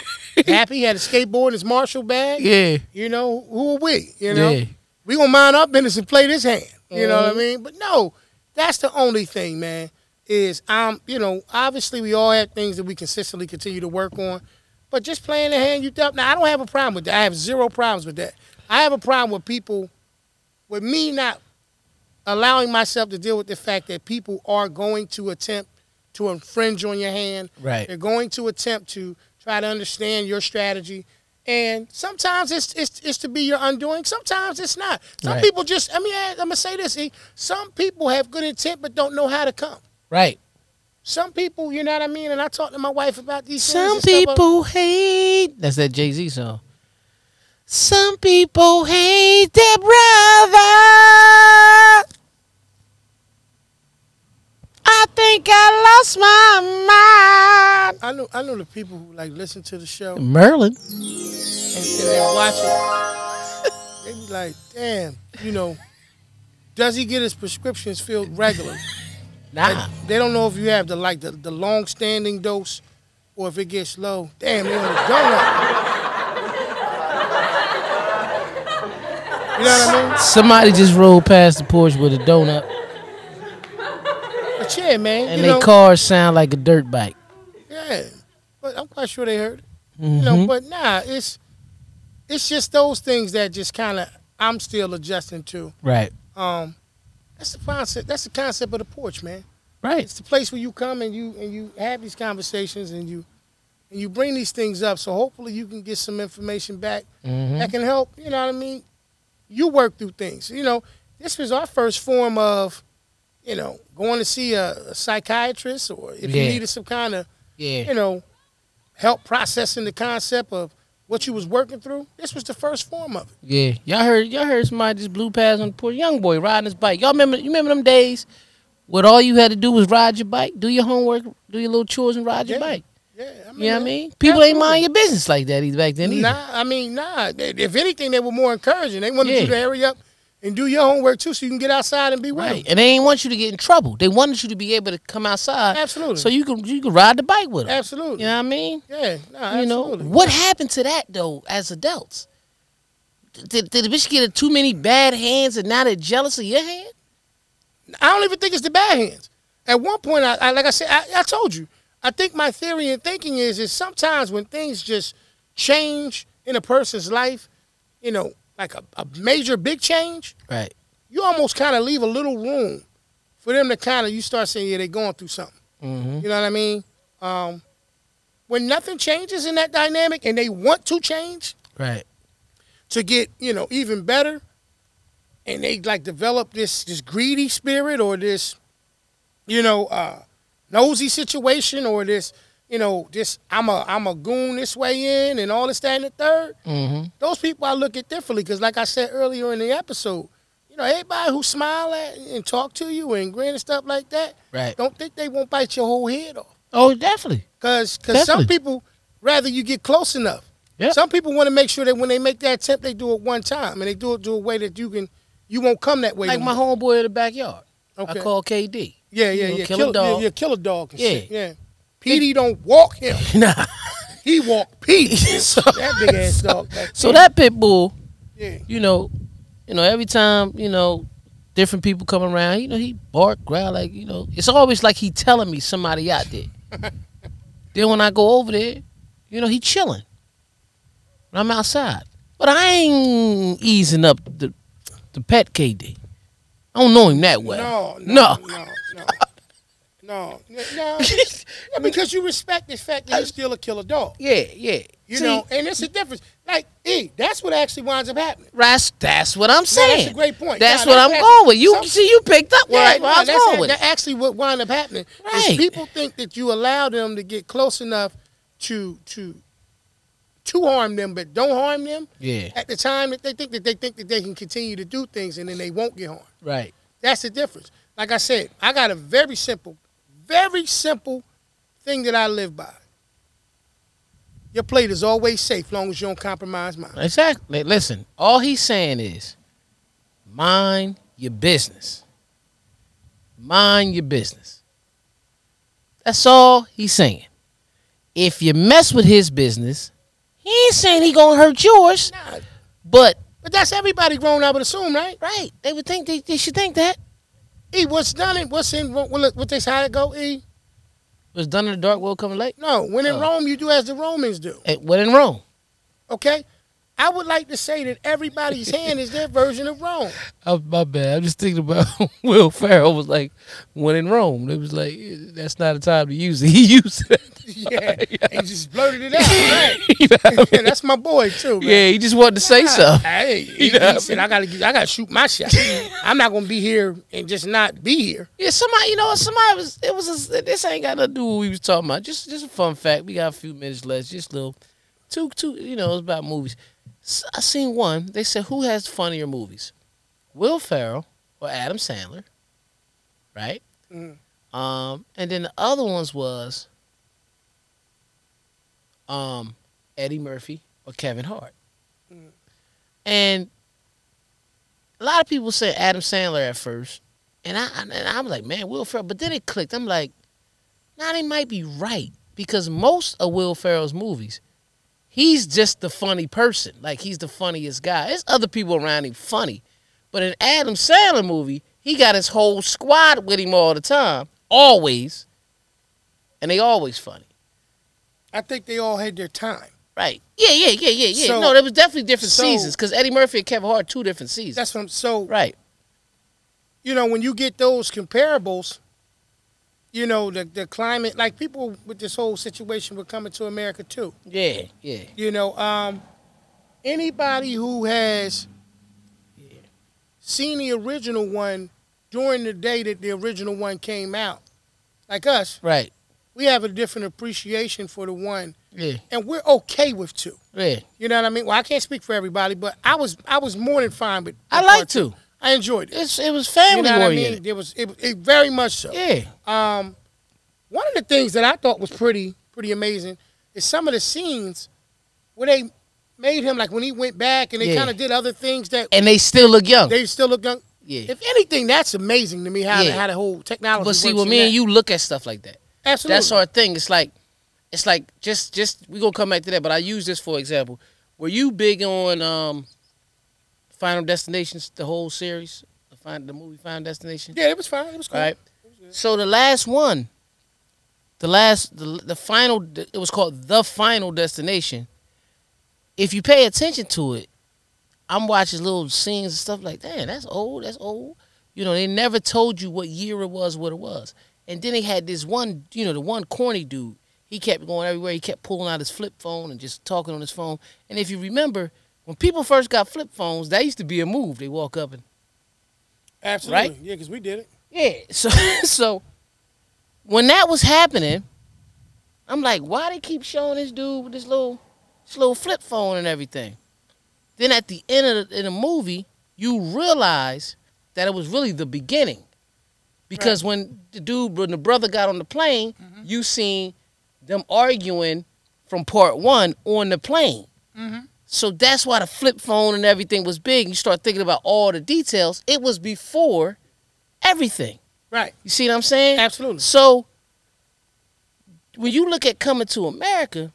Speaker 2: happy he had a skateboard in his Marshall bag.
Speaker 1: Yeah.
Speaker 2: You know, who are we? You know,
Speaker 1: Yeah.
Speaker 2: we gonna mind our business and play this hand. You know what I mean? But no, that's the only thing, man. Is um, you know, obviously we all have things that we consistently continue to work on, but just playing the hand you dealt. Now I don't have a problem with that. I have zero problems with that. I have a problem with people, with me not allowing myself to deal with the fact that people are going to attempt to infringe on your hand.
Speaker 1: Right.
Speaker 2: They're going to attempt to try to understand your strategy. And sometimes it's it's, it's to be your undoing. Sometimes it's not. Some
Speaker 1: Right.
Speaker 2: people just I mean I, am gonna say this. E. Some people have good intent but don't know how to come.
Speaker 1: Right.
Speaker 2: Some people, you know what I mean. And I talked to my wife about these. things
Speaker 1: Some
Speaker 2: and stuff, but-
Speaker 1: people hate. That's that Jay Z song. Some people hate their brother. I think I lost my
Speaker 2: I know I know the people who like listen to the show and,
Speaker 1: mind. Merlin.
Speaker 2: and they watch it. They be like, damn, you know, does he get his prescriptions filled regularly?
Speaker 1: Nah.
Speaker 2: They don't know if you have the like the, the long standing dose or if it gets low. Damn, they on the donut. You know what I mean?
Speaker 1: Somebody just rolled past the porch with a donut,
Speaker 2: But yeah, man.
Speaker 1: and
Speaker 2: you
Speaker 1: their
Speaker 2: know,
Speaker 1: car sound like a dirt bike.
Speaker 2: Yeah. But I'm quite sure they heard it. You know,
Speaker 1: Mhm.
Speaker 2: but nah, it's it's just those things that just kinda I'm still adjusting to.
Speaker 1: Right.
Speaker 2: Um that's the concept that's the concept of the porch, man.
Speaker 1: Right.
Speaker 2: it's the place where you come and you and you have these conversations and you and you bring these things up so hopefully you can get some information back
Speaker 1: Mhm.
Speaker 2: that can help you know what i mean you work through things you know this was our first form of you know going to see a, a psychiatrist or if you
Speaker 1: Yeah.
Speaker 2: needed some kind of
Speaker 1: Yeah.
Speaker 2: you know, help processing the concept of what you was working through. This was the first form of it.
Speaker 1: Yeah. Y'all heard y'all heard somebody just blew past on the porch. Young boy riding his bike. Y'all remember you remember them days when all you had to do was ride your bike, do your homework, do your little chores and ride your
Speaker 2: Yeah. Mm-hmm.
Speaker 1: bike.
Speaker 2: Yeah, I mean,
Speaker 1: You know what I mean? People ain't mind your business like that either back then either.
Speaker 2: Nah, I mean, nah. They- If anything, they were more encouraging. They wanted
Speaker 1: Yeah.
Speaker 2: you to hurry up and do your homework too, so you can get outside and be with
Speaker 1: Right.
Speaker 2: them.
Speaker 1: And they ain't want you to get in trouble. They wanted you to be able to come outside.
Speaker 2: Absolutely.
Speaker 1: So you can you can ride the bike with them.
Speaker 2: Absolutely.
Speaker 1: You know what I mean?
Speaker 2: Yeah, nah,
Speaker 1: you know
Speaker 2: absolutely.
Speaker 1: what happened to that though as adults? Did, did the bitch get too many bad hands and now they're jealous of your hand?
Speaker 2: I don't even think it's the bad hands. At one point, I, I like I said, I, I told you. I think my theory and thinking is is sometimes when things just change in a person's life, you know, like a, a major big change,
Speaker 1: Right.
Speaker 2: you almost kind of leave a little room for them to kind of you start saying, yeah, they're going through something.
Speaker 1: Mm-hmm.
Speaker 2: You know what I mean? Um, when nothing changes in that dynamic and they want to change
Speaker 1: Right.
Speaker 2: to get, you know, even better, and they like develop this this greedy spirit or this, you know, uh, nosy situation or this, you know, this I'm a I'm a goon this way in and all this that and the third.
Speaker 1: Mm-hmm.
Speaker 2: Those people I look at differently because, like I said earlier in the episode, you know, everybody who smile at and talk to you and grin and stuff like that,
Speaker 1: Right.
Speaker 2: don't think they won't bite your whole head off.
Speaker 1: Oh, definitely.
Speaker 2: Cause, cause some
Speaker 1: Definitely.
Speaker 2: people rather you get close enough.
Speaker 1: Yep.
Speaker 2: Some people want to make sure that when they make that attempt, they do it one time and they do it to a way that you can, you won't come that way.
Speaker 1: Like
Speaker 2: no
Speaker 1: my
Speaker 2: more.
Speaker 1: homeboy in the backyard.
Speaker 2: Okay.
Speaker 1: I call KD.
Speaker 2: yeah, yeah,
Speaker 1: you know,
Speaker 2: yeah.
Speaker 1: kill a
Speaker 2: Kill, yeah,
Speaker 1: dog.
Speaker 2: yeah, kill a dog. And
Speaker 1: Yeah.
Speaker 2: shit. yeah. PD don't walk him.
Speaker 1: nah.
Speaker 2: He walk Pete. that big ass dog. back
Speaker 1: So
Speaker 2: there.
Speaker 1: that pit bull,
Speaker 2: Yeah.
Speaker 1: you know, you know, every time, you know, different people come around, you know, he bark, growl, like, you know, it's always like he telling me somebody out there. then when I go over there, you know, he chilling. When I'm outside. But I ain't easing up the the pet KD. I don't know him that well.
Speaker 2: no, no, no, no, no, no, no. Yeah, because you respect the fact that he's still a killer dog.
Speaker 1: yeah, yeah.
Speaker 2: You
Speaker 1: See,
Speaker 2: know, and it's a difference. Like, E, that's what actually winds up happening.
Speaker 1: That's, that's what I'm
Speaker 2: No,
Speaker 1: saying.
Speaker 2: that's a great point.
Speaker 1: That's
Speaker 2: No,
Speaker 1: what
Speaker 2: that's
Speaker 1: I'm
Speaker 2: actually-
Speaker 1: going with. You
Speaker 2: some-
Speaker 1: see, you picked up where, I-
Speaker 2: no,
Speaker 1: where I was
Speaker 2: that's,
Speaker 1: going with.
Speaker 2: that actually what wound up happening. is
Speaker 1: Right.
Speaker 2: people think that you allow them to get close enough to to to harm them, but don't harm them
Speaker 1: Yeah,
Speaker 2: at the time that they think that they think that they can continue to do things and then they won't get harmed.
Speaker 1: right.
Speaker 2: That's the difference. Like I said, I got a very simple, very simple thing that I live by. Your plate is always safe long as you don't compromise mine.
Speaker 1: Exactly. Listen, all he's saying is mind your business. Mind your business. That's all he's saying. If you mess with his business, he ain't saying he gonna hurt yours,
Speaker 2: Nah,
Speaker 1: but
Speaker 2: but that's everybody grown, I would assume, right?
Speaker 1: right, they would think they, they should think that.
Speaker 2: E, what's done in what's in what, what they how it go? E,
Speaker 1: What's done in the dark will come late.
Speaker 2: no. When in
Speaker 1: Oh.
Speaker 2: Rome, you do as the Romans do.
Speaker 1: It went in Rome.
Speaker 2: Okay, I would like to say that everybody's hand is their version of Rome.
Speaker 1: I, my bad. I'm just thinking about Will Ferrell was like, when in Rome. It was like, that's not a time to use it. He used it.
Speaker 2: Yeah, and just blurted it out. Right.
Speaker 1: You know what I mean?
Speaker 2: yeah, that's my boy too. Man. Ah,
Speaker 1: Yeah, he just wanted to say something.
Speaker 2: Hey,
Speaker 1: You
Speaker 2: he,
Speaker 1: know
Speaker 2: he
Speaker 1: what I
Speaker 2: said I gotta, get- I gotta shoot my shot. I'm not gonna be here and just not be here.
Speaker 1: Yeah, somebody, you know, what, somebody was. It was. A, this ain't got nothing to do with what we was talking about. Just, just a fun fact. We got a few minutes left. Just little, two, two. You know, it's about movies. S- I seen one. They said who has funnier movies, Will Ferrell or Adam Sandler, right?
Speaker 2: Mhm.
Speaker 1: Um, and then the other ones was, um, Eddie Murphy or Kevin Hart.
Speaker 2: Mhm.
Speaker 1: And a lot of people said Adam Sandler at first. And I and I'm like, man, Will Ferrell. But then it clicked. I'm like, nah, they might be right because most of Will Ferrell's movies, he's just the funny person. Like he's the funniest guy. There's other people around him funny, but in Adam Sandler movie, he got his whole squad with him all the time, always, and they always funny.
Speaker 2: I think they all had their time.
Speaker 1: Right? Yeah, yeah, yeah, yeah, yeah.
Speaker 2: So-
Speaker 1: no, there was definitely different
Speaker 2: so-
Speaker 1: seasons because Eddie Murphy and Kevin Hart two different seasons.
Speaker 2: That's what I'm so.
Speaker 1: right.
Speaker 2: you know, when you get those comparables, you know, the, the climate, like people with this whole situation were coming to America too.
Speaker 1: Yeah, yeah,
Speaker 2: You know, um, anybody who has seen the original one during the day that the original one came out, like us,
Speaker 1: right.
Speaker 2: we have a different appreciation for the one,
Speaker 1: Yeah,
Speaker 2: and we're okay with two.
Speaker 1: yeah.
Speaker 2: You know what I mean? Well, I can't speak for everybody, but I was I was more than fine with.
Speaker 1: I
Speaker 2: with
Speaker 1: like
Speaker 2: part two.
Speaker 1: to.
Speaker 2: I enjoyed it.
Speaker 1: It's it was
Speaker 2: you
Speaker 1: family
Speaker 2: know what I
Speaker 1: oriented.
Speaker 2: mean? It was it, it very much so.
Speaker 1: Yeah,
Speaker 2: Um, one of the things that I thought was pretty pretty amazing is some of the scenes where they made him like when he went back and they
Speaker 1: Yeah.
Speaker 2: kind of did other things that
Speaker 1: and they still look young.
Speaker 2: they still look young.
Speaker 1: yeah.
Speaker 2: If anything, that's amazing to me how
Speaker 1: Yeah.
Speaker 2: how the whole technology.
Speaker 1: But see,
Speaker 2: works
Speaker 1: with
Speaker 2: in
Speaker 1: me
Speaker 2: that.
Speaker 1: and you look at stuff like that.
Speaker 2: absolutely.
Speaker 1: That's our thing. It's like, it's like just just we gonna come back to that. But I use this for example. Were you big on um, Final Destinations, the whole series, the, fin- the movie Final Destination?
Speaker 2: Yeah, it was fine. It was cool.
Speaker 1: Right. So the last one, the last, the, the final, it was called the final destination. If you pay attention to it, I'm watching little scenes and stuff like, damn, that's old, that's old. You know, they never told you what year it was, what it was. And then they had this one, you know, the one corny dude. He kept going everywhere. He kept pulling out his flip phone and just talking on his phone. And if you remember, when people first got flip phones, that used to be a move. They walk up and
Speaker 2: Absolutely.
Speaker 1: Right?
Speaker 2: Yeah, because we did it.
Speaker 1: yeah. So so when that was happening, I'm like, why they keep showing this dude with this little this little flip phone and everything? Then at the end of the, in the movie, you realize that it was really the beginning. Because when the dude when the brother got on the plane, you seen them arguing from part one on the plane. So that's why the flip phone and everything was big. You start thinking about all the details. It was before everything.
Speaker 2: Right.
Speaker 1: You see what I'm saying?
Speaker 2: Absolutely.
Speaker 1: So when you look at coming to America,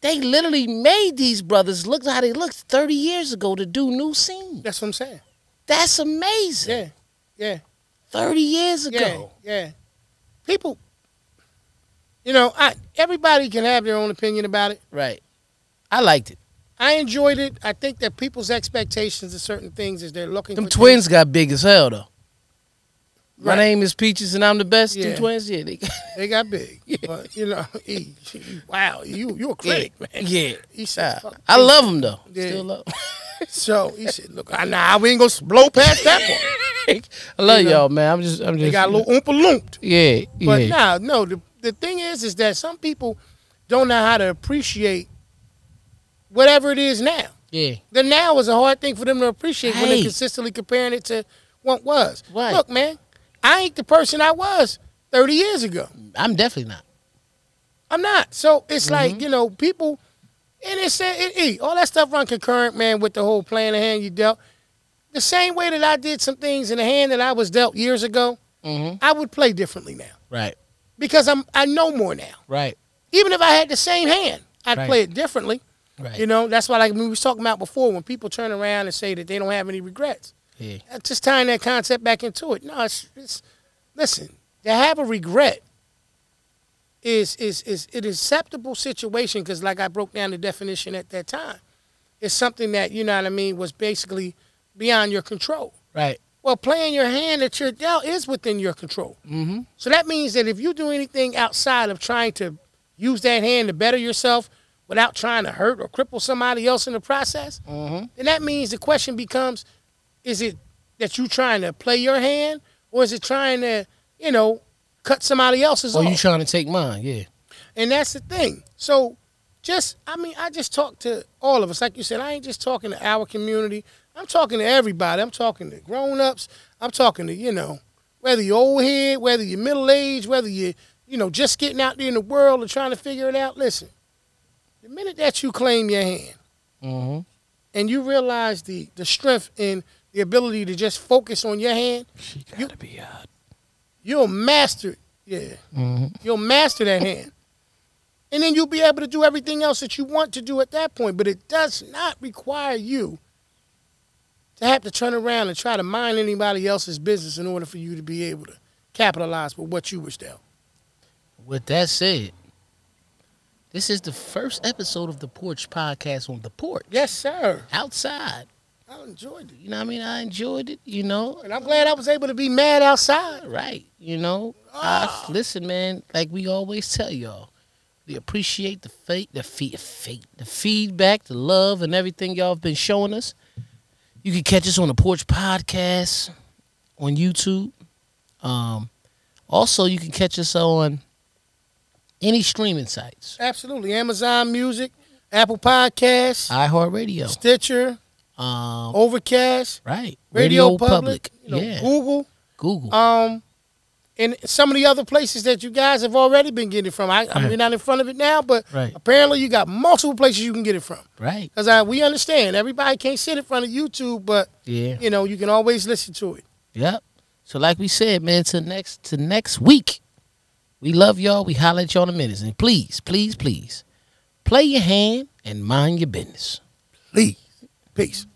Speaker 1: they literally made these brothers look how they looked 30 years ago to do new scenes.
Speaker 2: That's what I'm saying.
Speaker 1: That's amazing.
Speaker 2: Yeah. Yeah.
Speaker 1: 30 years ago.
Speaker 2: Yeah. Yeah. People. You know, I everybody can have their own opinion about it.
Speaker 1: Right. I liked it.
Speaker 2: I enjoyed it. I think that people's expectations of certain things is they're looking.
Speaker 1: Them
Speaker 2: for
Speaker 1: twins got big as hell though. My
Speaker 2: Right.
Speaker 1: name is Peaches and I'm the best. Them
Speaker 2: Yeah.
Speaker 1: twins, yeah. They,
Speaker 2: things. they got big. But you know, he- wow, you you a critic,
Speaker 1: yeah.
Speaker 2: man.
Speaker 1: Yeah.
Speaker 2: He said,
Speaker 1: Nah,
Speaker 2: "Fuck
Speaker 1: I
Speaker 2: you."
Speaker 1: love them though.
Speaker 2: Yeah.
Speaker 1: Still love 'em.
Speaker 2: So he said, look, I, nah, we ain't gonna blow past that one.
Speaker 1: I love
Speaker 2: You know,
Speaker 1: y'all, man. I'm just, I'm just.
Speaker 2: They got a little oompa loomped.
Speaker 1: Yeah,
Speaker 2: But
Speaker 1: yeah.
Speaker 2: nah, no, the, the thing is, is that some people don't know how to appreciate whatever it is now.
Speaker 1: yeah.
Speaker 2: The now is a hard thing for them to appreciate when they're
Speaker 1: Right.
Speaker 2: consistently comparing it to what was.
Speaker 1: Right.
Speaker 2: Look, man, I ain't the person I was 30 years ago.
Speaker 1: I'm definitely not.
Speaker 2: I'm not. So it's
Speaker 1: Mm-hmm.
Speaker 2: like, you know, people, and it's it, it, all that stuff run concurrent, man, with the whole playing the hand you dealt. The same way that I did some things in the hand that I was dealt years ago,
Speaker 1: Mm-hmm.
Speaker 2: I would play differently now
Speaker 1: Right,
Speaker 2: because I'm I know more now.
Speaker 1: right,
Speaker 2: Even if I had the same hand, I'd
Speaker 1: Right.
Speaker 2: play it differently.
Speaker 1: right.
Speaker 2: You know, that's why like we was talking about before when people turn around and say that they don't have any regrets.
Speaker 1: yeah,
Speaker 2: Uh, Just tying that concept back into it. No, it's, it's listen. To have a regret is is is an acceptable situation because, like I broke down the definition at that time, it's something that you know what I mean was basically beyond your control.
Speaker 1: right.
Speaker 2: Well, playing your hand that you're dealt is within your control.
Speaker 1: Mm-hmm.
Speaker 2: So that means that if you do anything outside of trying to use that hand to better yourself without trying to hurt or cripple somebody else in the process,
Speaker 1: Mm-hmm.
Speaker 2: then that means the question becomes is it that you trying to play your hand or is it trying to, you know, cut somebody else's
Speaker 1: Or
Speaker 2: off?
Speaker 1: you trying to take mine? Yeah,
Speaker 2: and that's the thing. So just I mean, I just talk to all of us. Like you said, I ain't just talking to our community. I'm talking to everybody. I'm talking to grown ups. I'm talking to, you know, whether you're old head, whether you're middle aged, whether you you know, just getting out there in the world and trying to figure it out. Listen, the minute that you claim your hand,
Speaker 1: mm-hmm.
Speaker 2: and you realize the the strength and the ability to just focus on your hand,
Speaker 1: She gotta
Speaker 2: You-
Speaker 1: be out.
Speaker 2: you'll master it. Yeah,
Speaker 1: Mm-hmm.
Speaker 2: you'll master that hand, and then you'll be able to do everything else that you want to do at that point. But it does not require you to have to turn around and try to mind anybody else's business in order for you to be able to capitalize with what you wish dealt.
Speaker 1: With that said, this is the first episode of the Porch Podcast on the porch
Speaker 2: Yes, sir.
Speaker 1: outside.
Speaker 2: I enjoyed it,
Speaker 1: You know, what I mean, I enjoyed it. You know,
Speaker 2: and I'm glad I was able to be mad outside.
Speaker 1: right? You know,
Speaker 2: Ah.
Speaker 1: I, listen, man. Like we always tell y'all, we appreciate the fate, the fe- fate, the feedback, the love, and everything y'all have been showing us. You can catch us on the Porch Podcast on YouTube. Um, also, you can catch us on Any streaming sites.
Speaker 2: Absolutely. Amazon Music, Apple Podcasts,
Speaker 1: iHeartRadio.
Speaker 2: Stitcher,
Speaker 1: Um,
Speaker 2: Overcast,
Speaker 1: right.
Speaker 2: Radio, Public, you know,
Speaker 1: yeah.
Speaker 2: Google,
Speaker 1: Google.
Speaker 2: um, and some of the other places that you guys have already been getting it from. I, I'm
Speaker 1: Right.
Speaker 2: not in front of it now, but
Speaker 1: Right.
Speaker 2: apparently you got multiple places you can get it from.
Speaker 1: right.
Speaker 2: Because I, we understand everybody can't sit in front of YouTube, but
Speaker 1: Yeah.
Speaker 2: you know you can always listen to it.
Speaker 1: Yep. So like we said, man, till next to next week. We love y'all. We holler at y'all in a minute. And please, please, please, play your hand and mind your business.
Speaker 2: Lee, peace.